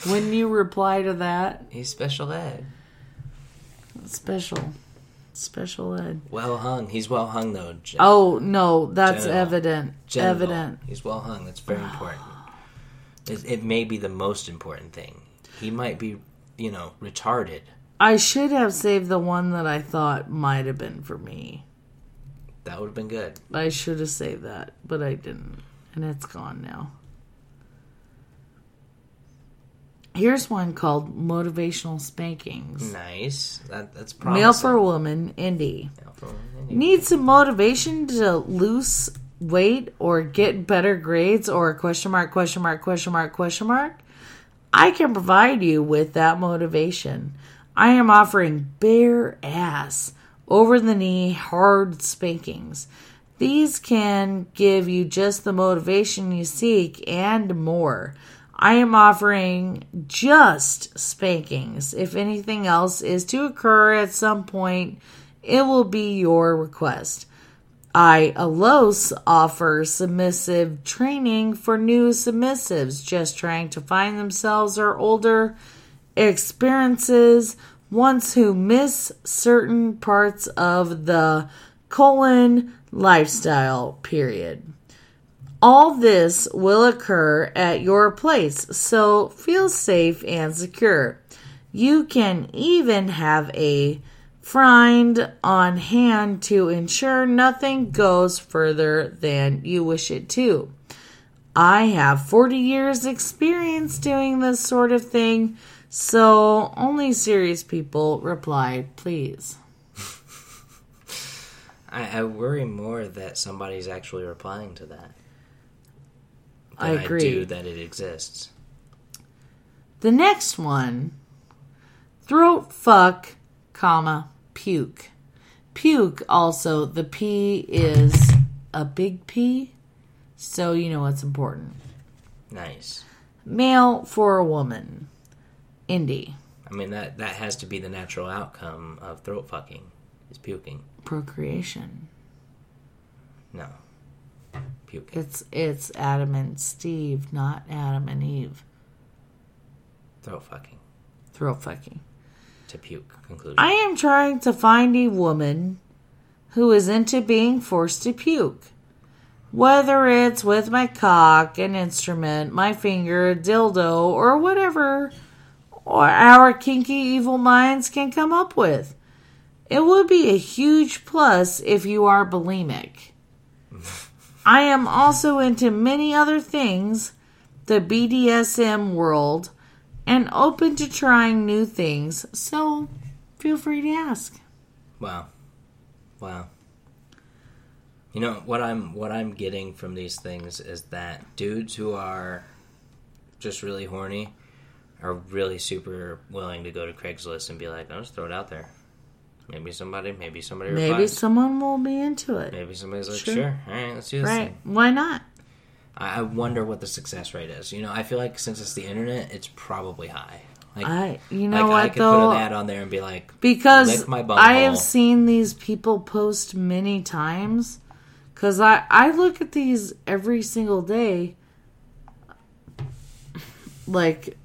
Speaker 2: when you reply to that,
Speaker 1: He's special ed.
Speaker 2: Special. Special ed.
Speaker 1: Well hung. He's well hung though. Gen-
Speaker 2: Oh, no, that's
Speaker 1: Genital.
Speaker 2: evident.
Speaker 1: genital.
Speaker 2: Evident.
Speaker 1: He's well hung. That's
Speaker 2: (sighs)
Speaker 1: very important. It, it may be the most important thing. He might be, you know, retarded.
Speaker 2: I should have saved the one that I thought might have been for me.
Speaker 1: That would have been good.
Speaker 2: I should have saved that, but I didn't. And it's gone now. Here's one called Motivational Spankings.
Speaker 1: Nice. That that's
Speaker 2: Male
Speaker 1: Hmm, promising.
Speaker 2: for woman, indie.
Speaker 1: Male for woman.
Speaker 2: Need some motivation to lose weight or get better grades or question mark, question mark, question mark, question mark? I can provide you with that motivation. I am offering bare ass, over the knee, hard spankings. These can give you just the motivation you seek and more. I am offering just spankings. If anything else is to occur at some point, it will be your request. I Alos offer submissive training for new submissives just trying to find themselves or older experiences, ones who miss certain parts of the colon lifestyle period. All this will occur at your place, so feel safe and secure. You can even have a friend on hand to ensure nothing goes further than you wish it to. I have 40 years experience doing this sort of thing, so only serious people reply, please.
Speaker 1: I, I worry more that somebody's actually replying to that.
Speaker 2: I
Speaker 1: than
Speaker 2: agree.
Speaker 1: do that it exists.
Speaker 2: The next one throat fuck, comma, puke. Puke also, the P is a big P, so you know it's important.
Speaker 1: Nice.
Speaker 2: Male for a woman. Indie.
Speaker 1: I mean that that has to be the natural outcome of throat fucking is puking.
Speaker 2: Procreation.
Speaker 1: No. Puking.
Speaker 2: It's it's Adam and Steve, not Adam and Eve.
Speaker 1: Throat fucking.
Speaker 2: Throat fucking.
Speaker 1: To puke. Conclusion.
Speaker 2: I am trying to find a woman who is into being forced to puke. Whether it's with my cock, an instrument, my finger, a dildo, or whatever or our kinky evil minds can come up with. It would be a huge plus if you are bulimic. I am also into many other things, the BDSM world, and open to trying new things, so feel free to ask.
Speaker 1: Wow. Wow. You know what I'm what I'm getting from these things is that dudes who are just really horny are really super willing to go to Craigslist and be like, I'll just throw it out there. Maybe somebody maybe somebody
Speaker 2: Maybe
Speaker 1: replies.
Speaker 2: someone will be into it.
Speaker 1: maybe somebody's like,
Speaker 2: Sure.
Speaker 1: sure. all right, let's do this
Speaker 2: Right.
Speaker 1: thing.
Speaker 2: Why not?
Speaker 1: I, I wonder what the success rate is. You know, I feel like since it's the internet, it's probably high. Like
Speaker 2: I you know
Speaker 1: like I
Speaker 2: what
Speaker 1: could
Speaker 2: though?
Speaker 1: put an ad on there and be like,
Speaker 2: because
Speaker 1: Lick my
Speaker 2: I have
Speaker 1: butthole.
Speaker 2: seen these people post many times. Cause I I look at these every single day. Like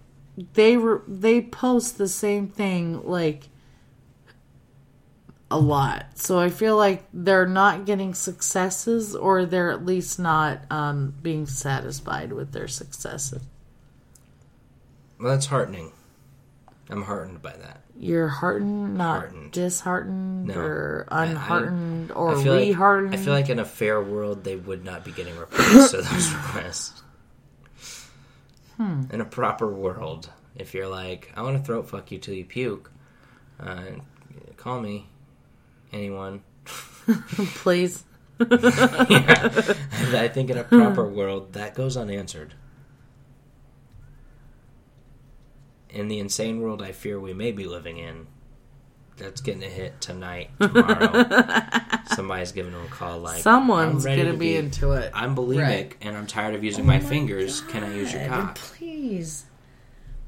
Speaker 2: they were they post the same thing like a lot. So I feel like they're not getting successes or they're at least not um, being satisfied with their successes.
Speaker 1: well, that's heartening. I'm heartened by that.
Speaker 2: You're heartened, not
Speaker 1: Heartened.
Speaker 2: disheartened,
Speaker 1: No.
Speaker 2: or
Speaker 1: I- I-
Speaker 2: unheartened, or
Speaker 1: I feel like
Speaker 2: reheartened.
Speaker 1: I feel like in a fair world they would not be getting replies to those requests. In a proper world, if you're like, I want to throat fuck you till you puke, uh, call me, anyone.
Speaker 2: please.
Speaker 1: (laughs) I think in a
Speaker 2: Hmm.
Speaker 1: proper world that goes unanswered. In the insane world I fear we may be living in, that's getting a hit tonight,
Speaker 2: (laughs)
Speaker 1: tomorrow. Somebody's giving them a call like
Speaker 2: Someone's
Speaker 1: "I'm ready
Speaker 2: gonna
Speaker 1: to
Speaker 2: be into it.
Speaker 1: I'm bulimic
Speaker 2: Right. Oh
Speaker 1: and I'm tired of using my, fingers. Can I use your
Speaker 2: God, (laughs)
Speaker 1: cock?
Speaker 2: Please,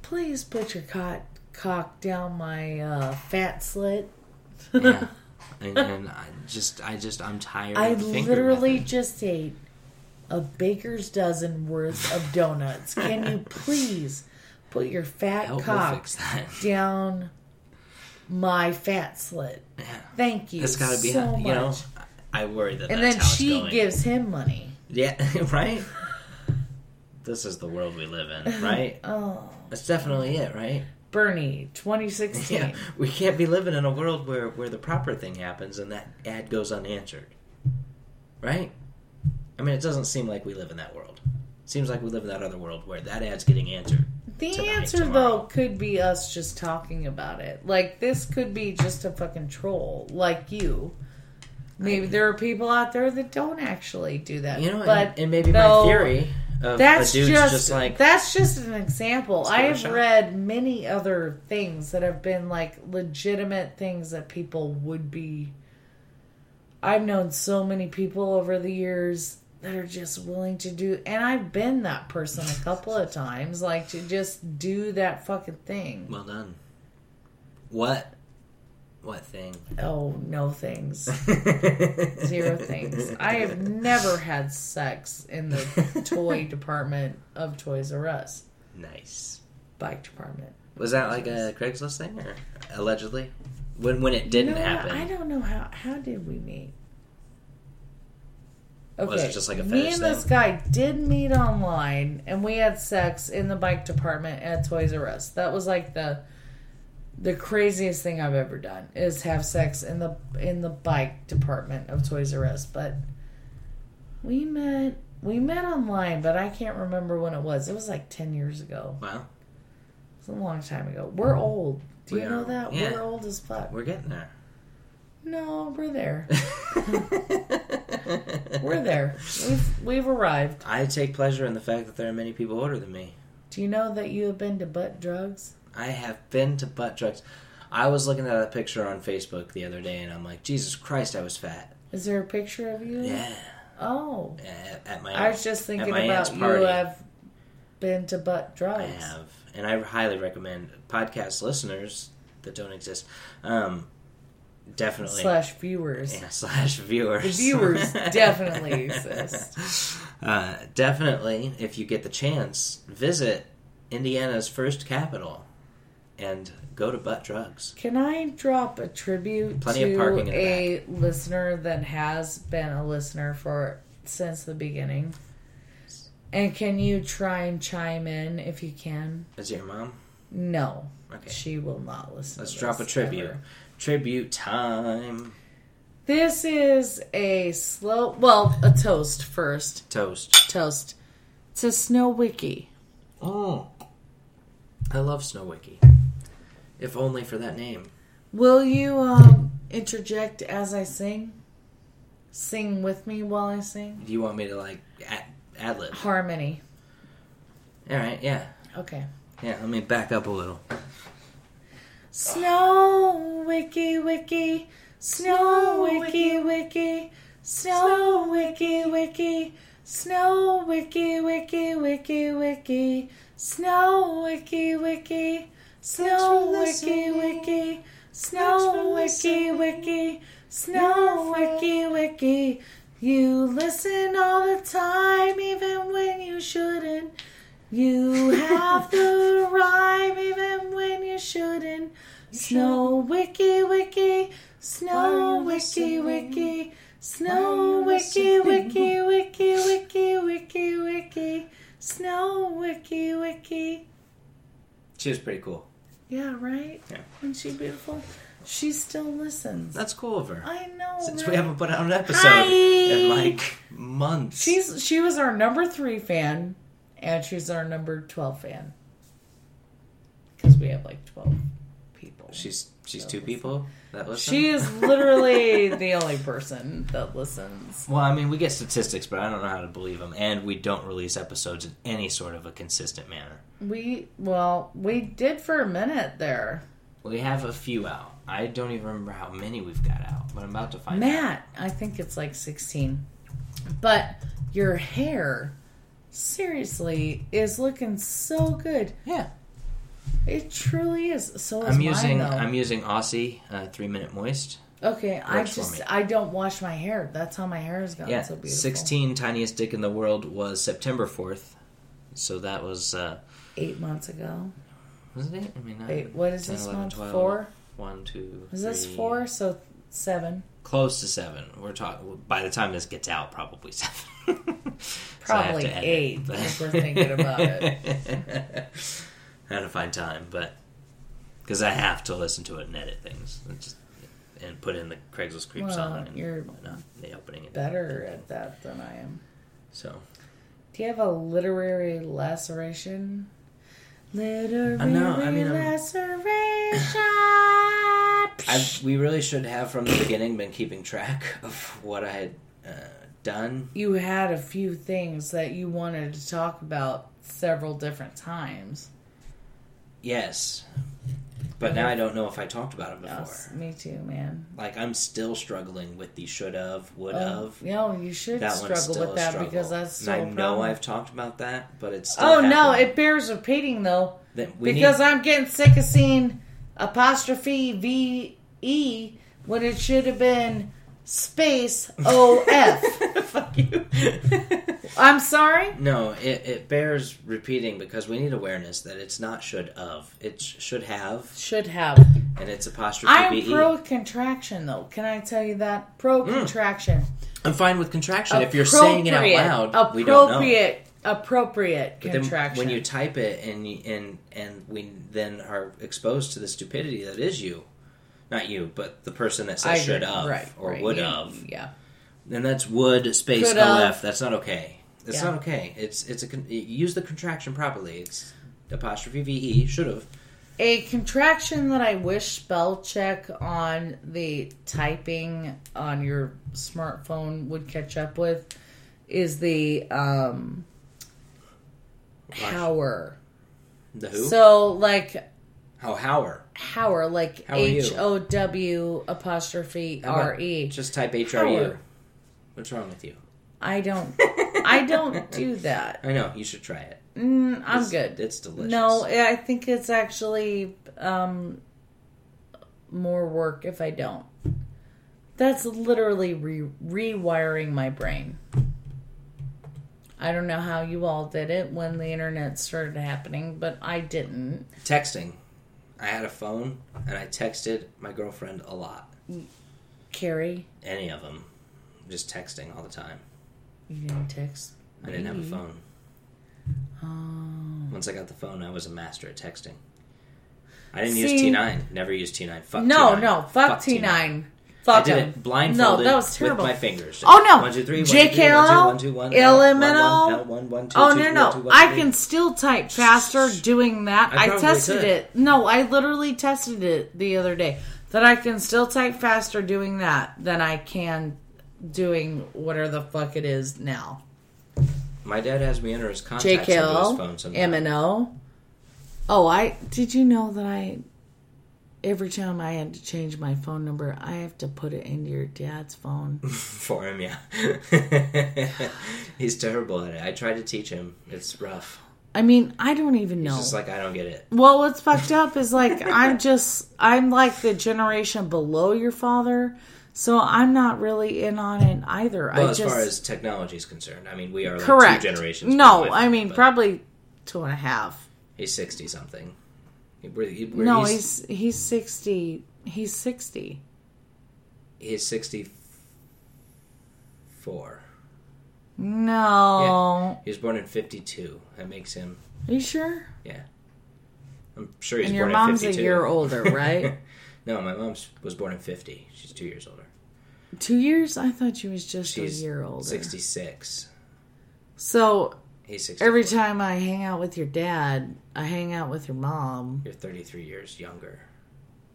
Speaker 2: please put your cock, cock down my uh, fat slit.
Speaker 1: yeah. And, and I just, I just, I'm tired.
Speaker 2: I
Speaker 1: of the finger
Speaker 2: literally
Speaker 1: method.
Speaker 2: just ate a baker's dozen worth of donuts.
Speaker 1: (laughs)
Speaker 2: Can you please put your fat
Speaker 1: help will
Speaker 2: cock
Speaker 1: fix that. (laughs)
Speaker 2: down my fat slit?
Speaker 1: Yeah.
Speaker 2: Thank you.
Speaker 3: It's got to be,
Speaker 2: so
Speaker 3: you
Speaker 2: much.
Speaker 3: know. I worry that
Speaker 2: and
Speaker 3: that's
Speaker 2: then
Speaker 3: how it's
Speaker 2: she
Speaker 3: going.
Speaker 2: gives him money.
Speaker 3: Yeah, (laughs) right? this is the world we live
Speaker 2: (laughs)
Speaker 3: in, right?
Speaker 2: Oh,
Speaker 3: That's definitely it, right?
Speaker 2: Bernie, 2016.
Speaker 3: Yeah. We can't be living in a world where, where the proper thing happens and that ad goes unanswered. Right? I mean, it doesn't seem like we live in that world. seems like we live in that other world where that ad's getting answered.
Speaker 2: The
Speaker 3: tonight,
Speaker 2: answer,
Speaker 3: tomorrow.
Speaker 2: though, could be us just talking about it. Like, this could be just a fucking troll, like you. Maybe there are people out there that don't actually do that.
Speaker 3: You know,
Speaker 2: but
Speaker 3: and, and maybe
Speaker 2: though,
Speaker 3: my theory of
Speaker 2: That's
Speaker 3: a dude's
Speaker 2: just,
Speaker 3: just, like,
Speaker 2: that's just an example.
Speaker 3: give
Speaker 2: I
Speaker 3: it a
Speaker 2: have
Speaker 3: shot.
Speaker 2: read many other things that have been like legitimate things that people would be. I've known so many people over the years that are just willing to do, and I've been that person a couple of times, like to just do that fucking thing.
Speaker 3: well done. What? What thing?
Speaker 2: Oh no, things. zero things.
Speaker 3: (laughs)
Speaker 2: I have never had sex in the toy department of Toys R Us,
Speaker 3: Nice.
Speaker 2: bike department.
Speaker 3: Was that like a Craigslist thing, or allegedly? When when it didn't
Speaker 2: You know what?
Speaker 3: happen,
Speaker 2: I don't know how. How did we meet? Okay,
Speaker 3: Was it just like a
Speaker 2: me
Speaker 3: fetish
Speaker 2: and this
Speaker 3: thing?
Speaker 2: guy did meet online, and we had sex in the bike department at Toys R Us. That was like the the craziest thing I've ever done is have sex in the in the bike department of Toys R Us. But we met we met online, but I can't remember when it was. It was like ten years ago.
Speaker 1: Wow.
Speaker 2: It's a long time ago. We're old. Do
Speaker 1: We
Speaker 2: you know
Speaker 1: are.
Speaker 2: that?
Speaker 1: Yeah.
Speaker 2: We're old as fuck.
Speaker 1: We're getting there.
Speaker 2: No, we're there. (laughs)
Speaker 1: (laughs)
Speaker 2: We're there. We've we've arrived.
Speaker 1: I take pleasure in the fact that there are many people older than me.
Speaker 2: Do you know that you have been to butt drugs?
Speaker 1: I have been to butt drugs. I was looking at a picture on Facebook the other day, and I'm like, Jesus Christ, I was fat.
Speaker 2: Is there a picture of you?
Speaker 1: Yeah,
Speaker 2: Oh.
Speaker 1: at, at my
Speaker 2: Mm. I was just thinking
Speaker 1: my aunt's
Speaker 2: about
Speaker 1: party.
Speaker 2: you uh, have been to butt drugs.
Speaker 1: I have, and I highly recommend podcast listeners that don't exist. Um, definitely
Speaker 2: Slash viewers.
Speaker 1: yeah, slash viewers. (laughs)
Speaker 2: The viewers definitely exist.
Speaker 1: Uh, definitely, if you get the chance, visit Indiana's first capital and go to butt drugs.
Speaker 2: Can I drop a tribute
Speaker 1: Plenty of
Speaker 2: to
Speaker 1: parking in the
Speaker 2: a listener that has been a listener for since the beginning? And can you try and chime in if you can?
Speaker 1: Is it your mom?
Speaker 2: No,
Speaker 1: Okay.
Speaker 2: she will not listen.
Speaker 1: Let's
Speaker 2: to
Speaker 1: drop a
Speaker 2: this
Speaker 1: tribute.
Speaker 2: ever.
Speaker 1: Tribute time.
Speaker 2: This is a slow. Well, a toast first.
Speaker 1: Toast.
Speaker 2: Toast to Snow Wiki.
Speaker 1: Oh. I love Snow Wiki. If only for that name.
Speaker 2: Will you um, interject as I sing? Sing with me while I sing?
Speaker 1: Do you want me to, like, ad, ad lib?
Speaker 2: Harmony.
Speaker 1: Alright, yeah.
Speaker 2: Okay.
Speaker 1: Yeah, let me back up a little.
Speaker 2: Snow Wiki Wiki. Snow Wiki Wiki. Snow Wiki Wiki. Snow Wiki Wiki Wiki Wiki. Snow Wiki Wiki. Snow Wiki Wiki. Snow Wiki Wiki. Snow Wiki Wiki. You listen all the time, even when you shouldn't. You have the rhyme even when you shouldn't. Snow wiki wiki, snow wiki wiki, snow wiki wiki wiki wiki wiki wiki, snow wiki wiki.
Speaker 1: She was pretty cool.
Speaker 2: Yeah, right.
Speaker 1: Yeah.
Speaker 2: Isn't she beautiful? She still listens.
Speaker 1: That's cool of her.
Speaker 2: I know.
Speaker 1: Since
Speaker 2: right?
Speaker 1: we haven't put out an episode
Speaker 2: Hi.
Speaker 1: in, like, months.
Speaker 2: she's she was our number three fan, and she's our number twelve fan because we have like twelve people.
Speaker 1: She's she's two people that listen.
Speaker 2: She is
Speaker 1: (laughs)
Speaker 2: literally the only person that listens.
Speaker 1: well, I mean, we get statistics, but I don't know how to believe them, and we don't release episodes in any sort of a consistent manner.
Speaker 2: We well, we did for a minute there.
Speaker 1: We have a few out. I don't even remember how many we've got out, but I'm about to find out.
Speaker 2: Matt, I think it's like 16. But your hair seriously is looking so good.
Speaker 1: Yeah,
Speaker 2: It truly is. So is
Speaker 1: I'm using
Speaker 2: mine, though.
Speaker 1: I'm using Aussie uh, three minute moist.
Speaker 2: Okay, I
Speaker 1: Works for
Speaker 2: just
Speaker 1: me.
Speaker 2: I don't wash my hair. That's how my hair is gone
Speaker 1: yeah,
Speaker 2: so beautiful.
Speaker 1: sixteen tiniest dick in the world was September fourth, so that was uh,
Speaker 2: eight months ago.
Speaker 1: was it? Eight? I mean, nine,
Speaker 2: Wait, what is
Speaker 1: 10,
Speaker 2: this
Speaker 1: 11,
Speaker 2: one?
Speaker 1: 12,
Speaker 2: Four?
Speaker 1: One, two,
Speaker 2: Is this
Speaker 1: three,
Speaker 2: four? So seven.
Speaker 1: close to seven. We're talking by the time this gets out, probably seven. (laughs) So I have
Speaker 2: Probably
Speaker 1: to edit,
Speaker 2: eight,
Speaker 1: but-
Speaker 2: if we're thinking
Speaker 1: (laughs)
Speaker 2: about
Speaker 1: I had to find time, but because I have to listen to it and edit things, and, just, and put in the Craigslist creep
Speaker 2: Well,
Speaker 1: song and
Speaker 2: you're
Speaker 1: whatnot, the opening. And
Speaker 2: Better at that than I am.
Speaker 1: So
Speaker 2: Do you have a literary laceration? Literary
Speaker 1: I mean, I'm- (laughs)
Speaker 2: laceration.
Speaker 1: I've, we really should have from the beginning been keeping track (laughs) of what I had uh, done.
Speaker 2: you had a few things that you wanted to talk about several different times.
Speaker 1: Yes, but now I don't know if I talked about it before.
Speaker 2: Yes, me too, man.
Speaker 1: Like I'm still struggling with the should have, would
Speaker 2: Oh,
Speaker 1: have.
Speaker 2: no, you should
Speaker 1: that one's
Speaker 2: struggle
Speaker 1: still
Speaker 2: with
Speaker 1: a
Speaker 2: that
Speaker 1: struggle.
Speaker 2: because that's
Speaker 1: and
Speaker 2: so.
Speaker 1: I know I've talked about that, but it's still
Speaker 2: Oh no,
Speaker 1: happening.
Speaker 2: it bears repeating though.
Speaker 1: That we
Speaker 2: because
Speaker 1: need,
Speaker 2: I'm getting sick of seeing apostrophe V E when it should have been space O
Speaker 1: (laughs)
Speaker 2: F. (laughs)
Speaker 1: fuck you.
Speaker 2: I'm sorry.
Speaker 1: no, it, it bears repeating because we need awareness that it's not should of, it's should have,
Speaker 2: Should have.
Speaker 1: and it's apostrophe
Speaker 2: I'm
Speaker 1: be. E.
Speaker 2: pro contraction though. Can I tell you that pro contraction?
Speaker 1: I'm fine with contraction if you're saying it out loud. We don't know.
Speaker 2: appropriate appropriate
Speaker 1: But then
Speaker 2: contraction.
Speaker 1: when you type it and you- and and we then are exposed to the stupidity that is you, not you, but the person that
Speaker 2: I
Speaker 1: says should
Speaker 2: agree.
Speaker 1: of
Speaker 2: right,
Speaker 1: or
Speaker 2: right.
Speaker 1: would
Speaker 2: You-
Speaker 1: of,
Speaker 2: Yeah.
Speaker 1: then that's would space
Speaker 2: Could
Speaker 1: lf.
Speaker 2: of.
Speaker 1: That's not okay. It's
Speaker 2: Yeah.
Speaker 1: not okay. It's it's a con- you use the contraction properly. It's apostrophe ve should have.
Speaker 2: A contraction that I wish spell check on the typing on your smartphone would catch up with is the um hower.
Speaker 1: The who?
Speaker 2: So like
Speaker 1: oh, hower.
Speaker 2: hower, like
Speaker 1: How are you?
Speaker 2: H O W apostrophe
Speaker 1: How about
Speaker 2: R E.
Speaker 1: Just type HRU.
Speaker 2: Hour.
Speaker 1: What's wrong with you?
Speaker 2: I don't I don't do that.
Speaker 1: I know you should try it.
Speaker 2: Mm, I'm
Speaker 1: It's-
Speaker 2: good.
Speaker 1: It's delicious.
Speaker 2: No, I think it's actually um, more work if I don't. That's literally re- rewiring my brain. I don't know how you all did it when the internet started happening, but I didn't.
Speaker 1: texting. I had a phone and I texted my girlfriend a lot.
Speaker 2: Carrie,
Speaker 1: Any of them, just texting all the time.
Speaker 2: you didn't text.
Speaker 1: I didn't have a
Speaker 2: me.
Speaker 1: phone.
Speaker 2: Oh.
Speaker 1: Uh, Once I got the phone, I was a master at texting. I didn't use
Speaker 2: See-
Speaker 1: T nine. Never used T nine. Fuck
Speaker 2: No,
Speaker 1: T9.
Speaker 2: no, fuck, T9.
Speaker 1: I
Speaker 2: Fuck
Speaker 1: did
Speaker 2: him.
Speaker 1: it blindfolded.
Speaker 2: No, that was terrible.
Speaker 1: With my fingers.
Speaker 2: Oh, no.
Speaker 1: One two three.
Speaker 2: JKL,
Speaker 1: One two one.
Speaker 2: LMNO.
Speaker 1: L one one two.
Speaker 2: Oh
Speaker 1: two,
Speaker 2: no
Speaker 1: one,
Speaker 2: no!
Speaker 1: two, one,
Speaker 2: I
Speaker 1: three.
Speaker 2: can still type faster doing that.
Speaker 1: I
Speaker 2: I,
Speaker 1: probably
Speaker 2: tested
Speaker 1: could.
Speaker 2: it. No, I literally tested it the other day that I can still type faster doing that than I can doing whatever the fuck it is now.
Speaker 1: My dad has me enter his contacts into his phone
Speaker 2: JKL,
Speaker 1: sometimes.
Speaker 2: M and O. Oh, I did you know that I every time I had to change my phone number, I have to put it into your
Speaker 1: (laughs)
Speaker 2: dad's
Speaker 1: (laughs)
Speaker 2: phone.
Speaker 1: for him. Yeah, (laughs) he's terrible at it. I try to teach him. It's rough.
Speaker 2: I mean, I don't even know.
Speaker 1: It's just like I don't get it.
Speaker 2: Well, what's fucked up is like I'm just I'm like the generation below your father, so I'm not really in on it either.
Speaker 1: Well,
Speaker 2: I
Speaker 1: as
Speaker 2: just
Speaker 1: far as technology is concerned, I mean, we are like
Speaker 2: correct
Speaker 1: two generations.
Speaker 2: No,
Speaker 1: below my
Speaker 2: I
Speaker 1: father,
Speaker 2: mean
Speaker 1: but
Speaker 2: probably two and a half.
Speaker 1: he's sixty something. We're- he- we're-
Speaker 2: no,
Speaker 1: he's
Speaker 2: he's he's sixty. He's sixty.
Speaker 1: he's sixty four.
Speaker 2: No,
Speaker 1: He was born in fifty two. That makes him.
Speaker 2: are you sure?
Speaker 1: Yeah, I'm sure he's
Speaker 2: and your
Speaker 1: born
Speaker 2: mom's
Speaker 1: in
Speaker 2: a
Speaker 1: fifty two. (laughs)
Speaker 2: year older, right?
Speaker 1: no, my mom was born in fifty. She's two years older.
Speaker 2: two years? I thought she was just
Speaker 1: She's
Speaker 2: a year older.
Speaker 1: Sixty six.
Speaker 2: So
Speaker 1: He's sixty.
Speaker 2: every time I hang out with your dad, I hang out with your mom.
Speaker 1: you're thirty three years younger.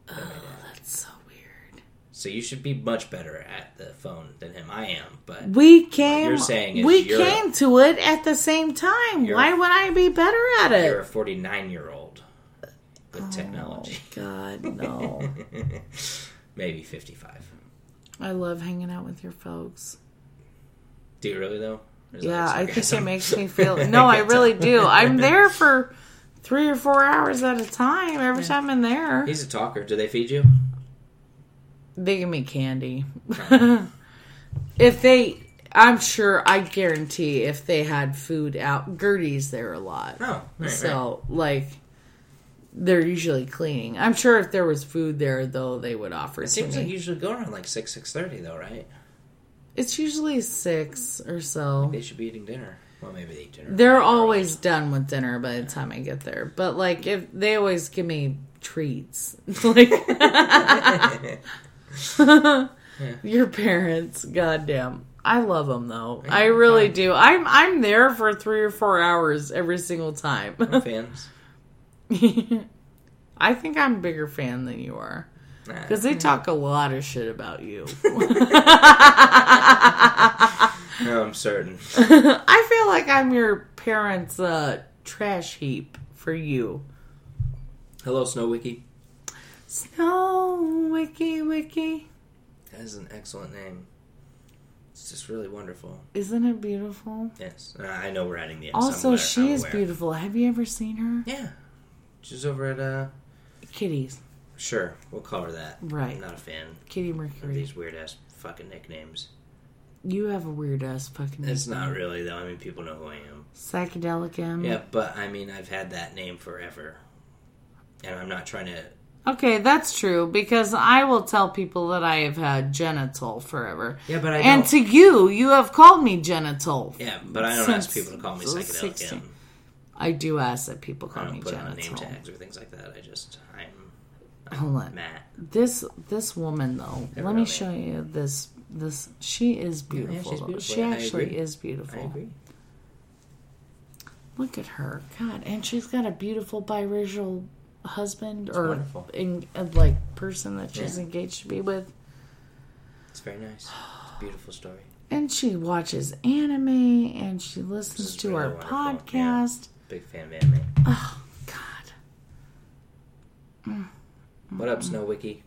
Speaker 2: That's so weird.
Speaker 1: So you should be much better at the phone than him. I am, but
Speaker 2: We came.
Speaker 1: you're saying is
Speaker 2: we
Speaker 1: you're-
Speaker 2: came to it at the same time.
Speaker 1: You're-
Speaker 2: Why would I be better at
Speaker 1: you're a
Speaker 2: it?
Speaker 1: 49 year old
Speaker 2: Oh.
Speaker 1: with technology. (laughs)
Speaker 2: God no!
Speaker 1: Maybe 55.
Speaker 2: (laughs) I love hanging out with your folks.
Speaker 1: Do you really though? Or is that
Speaker 2: Yeah, I think it
Speaker 1: sarcasm?
Speaker 2: makes me feel.
Speaker 1: (laughs)
Speaker 2: No, I
Speaker 1: can't
Speaker 2: really
Speaker 1: tell.
Speaker 2: do. I'm there for three or four hours at a time. Every time I'm there,
Speaker 1: He's a talker. Do they feed you?
Speaker 2: they give me candy. (laughs) if they, I'm sure. I guarantee if they had food out, Gertie's there a lot.
Speaker 1: No.
Speaker 2: So like they're usually cleaning. I'm sure if there was food there though they would offer it
Speaker 1: It
Speaker 2: to
Speaker 1: seems
Speaker 2: me.
Speaker 1: like you usually go around like six, six thirty though, right?
Speaker 2: it's usually six or so.
Speaker 1: They should be eating dinner. Well, maybe they eat dinner. (laughs)
Speaker 2: They're always done with dinner by the time I get there. But like if they always give me treats. (laughs) like (laughs) your parents, goddamn. I love them though. I really do. I'm I'm there for 3 or 4 hours every single time. (laughs)
Speaker 1: I'm fans.
Speaker 2: I think I'm a bigger fan than you are.
Speaker 1: Nah.
Speaker 2: Because they talk a lot of shit
Speaker 1: (laughs)
Speaker 2: about you. (laughs)
Speaker 1: No, I'm certain.
Speaker 2: I feel like I'm your parents' uh, trash heap for you.
Speaker 1: Hello, Snow Wiki.
Speaker 2: Snow Wiki Wiki.
Speaker 1: That is an excellent name. It's just really wonderful.
Speaker 2: Isn't it beautiful?
Speaker 1: Yes, Uh, I know we're adding the.
Speaker 2: Also,
Speaker 1: somewhere. I'm
Speaker 2: she is
Speaker 1: aware.
Speaker 2: beautiful. Have you ever seen her?
Speaker 1: Yeah, she's over at uh.
Speaker 2: Kitties.
Speaker 1: Sure, we'll call her that.
Speaker 2: Right.
Speaker 1: I'm not a fan
Speaker 2: Kitty
Speaker 1: of
Speaker 2: Mercury.
Speaker 1: these weird ass fucking nicknames.
Speaker 2: You have a weird ass fucking
Speaker 1: It's
Speaker 2: name.
Speaker 1: not really though. I mean, people know who I am.
Speaker 2: psychedelic M.
Speaker 1: Yeah, but I mean, I've had that name forever, and I'm not trying to
Speaker 2: Okay, that's true because I will tell people that I have had genital forever.
Speaker 1: Yeah, but I
Speaker 2: and
Speaker 1: don't-
Speaker 2: to you, you have called me genital.
Speaker 1: Yeah, but I don't ask
Speaker 2: Since
Speaker 1: people to call me
Speaker 2: I was
Speaker 1: psychedelic.
Speaker 2: 16.
Speaker 1: Kim.
Speaker 2: I do ask that people
Speaker 1: I
Speaker 2: call me
Speaker 1: don't put on name
Speaker 2: genital.
Speaker 1: tags or things like that. I just I'm
Speaker 2: Hold on.
Speaker 1: Matt.
Speaker 2: This this woman though, let
Speaker 1: really.
Speaker 2: me show you this this she is beautiful.
Speaker 1: she's
Speaker 2: though.
Speaker 1: beautiful.
Speaker 2: She
Speaker 1: I
Speaker 2: actually
Speaker 1: agree.
Speaker 2: is
Speaker 1: I
Speaker 2: beautiful.
Speaker 1: agree.
Speaker 2: Look at her, God, and she's got a beautiful biracial husband or
Speaker 1: wonderful.
Speaker 2: in, uh, like person that she's
Speaker 1: Yeah.
Speaker 2: engaged to be with,
Speaker 1: It's very nice. It's a beautiful story.
Speaker 2: and she watches anime and she listens
Speaker 1: is
Speaker 2: to
Speaker 1: really
Speaker 2: our
Speaker 1: wonderful, yeah.
Speaker 2: podcast.
Speaker 1: Big fan of anime.
Speaker 2: Oh, God,
Speaker 1: What up, Snow Wiki?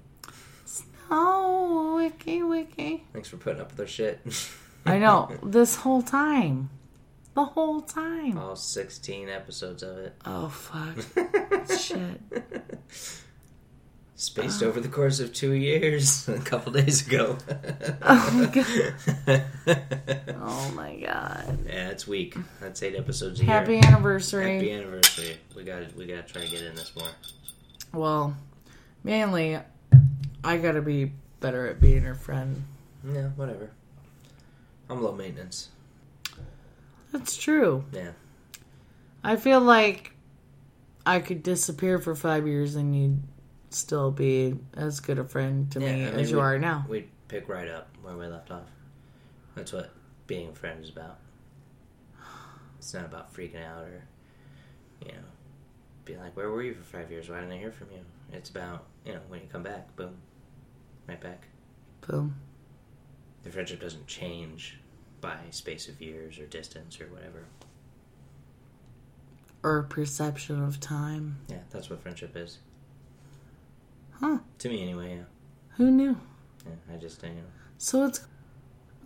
Speaker 2: oh, wiki wiki.
Speaker 1: Thanks for putting up with our shit. (laughs)
Speaker 2: I know this whole time, the whole time.
Speaker 1: All 16 episodes of it.
Speaker 2: Oh (laughs) fuck, shit.
Speaker 1: Spaced
Speaker 2: Ah.
Speaker 1: over the course of two years, (laughs) a couple days ago.
Speaker 2: Oh god.
Speaker 1: yeah,
Speaker 2: Oh my god.
Speaker 1: it's weak. That's eight episodes a
Speaker 2: Happy
Speaker 1: year.
Speaker 2: anniversary.
Speaker 1: Happy anniversary. We got we got to try to get in this more.
Speaker 2: well, mainly, I gotta be better at being her friend.
Speaker 1: Yeah, whatever. I'm low maintenance.
Speaker 2: That's true.
Speaker 1: Yeah.
Speaker 2: I feel like I could disappear for five years and you'd still be as good a friend to
Speaker 1: Yeah,
Speaker 2: me
Speaker 1: I mean,
Speaker 2: as you
Speaker 1: we-
Speaker 2: are now.
Speaker 1: We pick right up where we left off. That's what being a friend is about. It's not about freaking out or, you know, being like, where were you for five years? Why didn't I hear from you? It's about, you know, when you come back, boom, right back.
Speaker 2: Boom.
Speaker 1: The friendship doesn't change by space of years or distance or whatever.
Speaker 2: Or perception of time.
Speaker 1: Yeah, that's what friendship is.
Speaker 2: Huh.
Speaker 1: To me, anyway, yeah.
Speaker 2: Who knew?
Speaker 1: yeah I just, you know.
Speaker 2: So it's.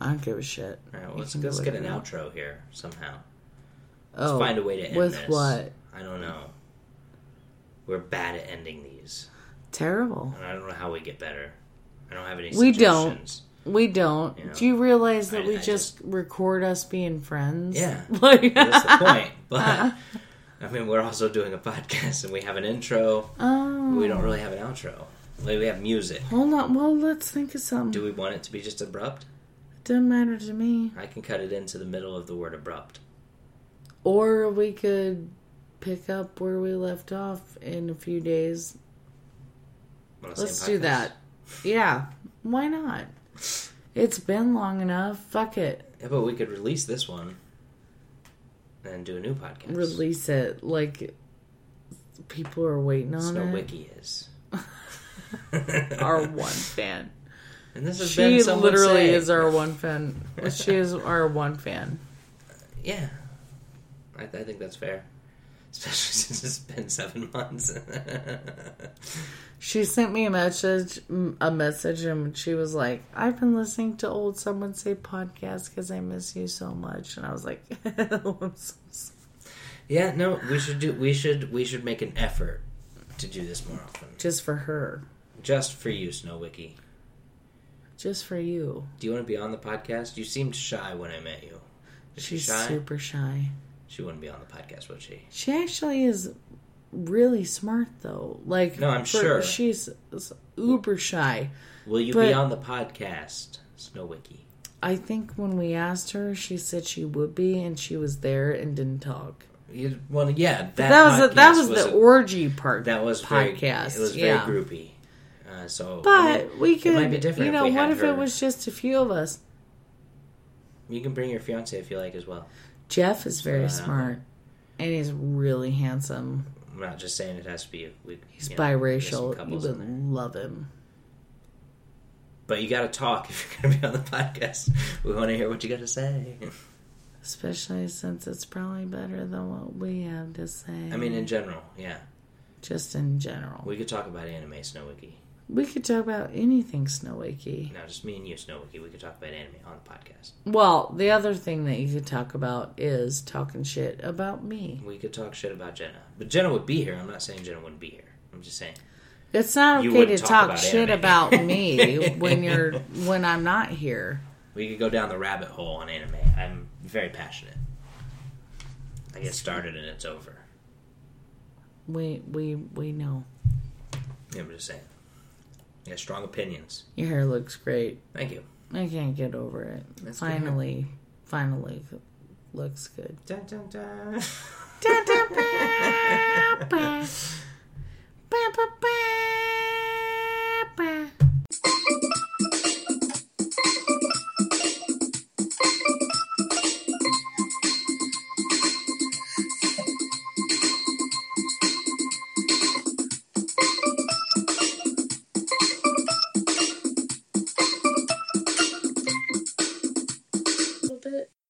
Speaker 2: I don't give a shit.
Speaker 1: All right, well,
Speaker 2: You
Speaker 1: let's,
Speaker 2: can do
Speaker 1: let's get an
Speaker 2: whatever you
Speaker 1: outro
Speaker 2: want.
Speaker 1: here somehow.
Speaker 2: Oh,
Speaker 1: find a way to end
Speaker 2: with
Speaker 1: this.
Speaker 2: what?
Speaker 1: I don't know. We're bad at ending these.
Speaker 2: Terrible.
Speaker 1: And I don't know how we get better. I don't have any
Speaker 2: We don't.
Speaker 1: suggestions.
Speaker 2: We don't.
Speaker 1: You know,
Speaker 2: Do you realize that
Speaker 1: I-
Speaker 2: we
Speaker 1: I
Speaker 2: just, record us being friends?
Speaker 1: Yeah.
Speaker 2: (laughs) Like,
Speaker 1: That's the point. But I mean, we're also doing a podcast and we have an intro.
Speaker 2: (laughs) Oh.
Speaker 1: We don't really have an outro. Like, we have music.
Speaker 2: Hold on. Well, let's think of something.
Speaker 1: Do we want it to be just abrupt?
Speaker 2: Doesn't matter to me.
Speaker 1: I can cut it into the middle of the word abrupt.
Speaker 2: Or we could pick up where we left off in a few days.
Speaker 1: on the same
Speaker 2: Let's do
Speaker 1: podcast.
Speaker 2: that. Yeah. Why not? It's been long enough. Fuck it.
Speaker 1: Yeah, but we could release this one and do a new podcast.
Speaker 2: Release it. Like, people are waiting on
Speaker 1: Snow
Speaker 2: it.
Speaker 1: Wiki is.
Speaker 2: (laughs)
Speaker 1: (laughs)
Speaker 2: Our one fan.
Speaker 1: and this has
Speaker 2: She
Speaker 1: been someone
Speaker 2: literally
Speaker 1: say-
Speaker 2: is our one fan. She is our one fan.
Speaker 1: Yeah, I, I think that's fair. Especially (laughs) since it's been seven months. (laughs)
Speaker 2: She sent me a message, m- a message, and she was like, "I've been listening to old someone say podcast because I miss you so much." And I was like, (laughs) "Oh, I'm so sorry.
Speaker 1: yeah, no, we should do. We should. We should make an effort to do this more often.
Speaker 2: "Just for her,
Speaker 1: Just for you, Snow Wiki.
Speaker 2: just for you."
Speaker 1: Do you want to be on the podcast? You seemed shy when I met you. Is
Speaker 2: She's
Speaker 1: she shy?
Speaker 2: super shy.
Speaker 1: She wouldn't be on the podcast, would she?
Speaker 2: She actually is really smart, though. Like,
Speaker 1: No, I'm sure.
Speaker 2: she's s- uber shy.
Speaker 1: Will you be
Speaker 2: But-
Speaker 1: on the podcast, Snow Wiki?
Speaker 2: I think when we asked her, she said she would be, and she was there and didn't talk.
Speaker 1: You, well, yeah, that,
Speaker 2: That, was a, that
Speaker 1: podcast
Speaker 2: was, the
Speaker 1: a-
Speaker 2: orgy part.
Speaker 1: that was very-
Speaker 2: podcast.
Speaker 1: it was very
Speaker 2: yeah.
Speaker 1: groupy. Uh, so, I mean,
Speaker 2: But we could,
Speaker 1: might be different
Speaker 2: you
Speaker 1: if
Speaker 2: know,
Speaker 1: we had
Speaker 2: what if
Speaker 1: her.
Speaker 2: it was just a few of us?
Speaker 1: you can bring your fiance if you like as well.
Speaker 2: Jeff is very
Speaker 1: Uh,
Speaker 2: smart, and he's really handsome.
Speaker 1: I'm not just saying it has to be. you. We,
Speaker 2: He's
Speaker 1: you know, there's some
Speaker 2: biracial. You
Speaker 1: couples in there.
Speaker 2: would love him.
Speaker 1: But you got to talk (laughs) if you're going to be on the podcast. We want to hear what you got to say.
Speaker 2: Especially since it's probably better than what we have to say.
Speaker 1: I mean, in general, yeah.
Speaker 2: just in general, we,
Speaker 1: We could talk about anime, Snow Wiki.
Speaker 2: could talk about anything snow wakey.
Speaker 1: Now, just me and you, Snow Wiki. We could talk about anime on the podcast.
Speaker 2: Well, the other thing that you could talk about is talking shit about me.
Speaker 1: We could talk shit about Jenna. But Jenna would be here. I'm not saying Jenna wouldn't be here. I'm just saying.
Speaker 2: It's not
Speaker 1: You
Speaker 2: okay to
Speaker 1: wouldn't talk
Speaker 2: talk,
Speaker 1: about
Speaker 2: shit
Speaker 1: anime. (laughs)
Speaker 2: about me when you're when I'm not here.
Speaker 1: We could go down the rabbit hole on anime. I'm very passionate. I get started and it's over.
Speaker 2: We we we know.
Speaker 1: Yeah, I'm just saying. Yeah, strong opinions.
Speaker 2: Your hair looks great.
Speaker 1: Thank you.
Speaker 2: I can't get over it.
Speaker 1: That's good hair.
Speaker 2: finally, finally, looks good.
Speaker 1: Dun, (laughs) dun, dun.
Speaker 2: Dun, dun, bah, bah.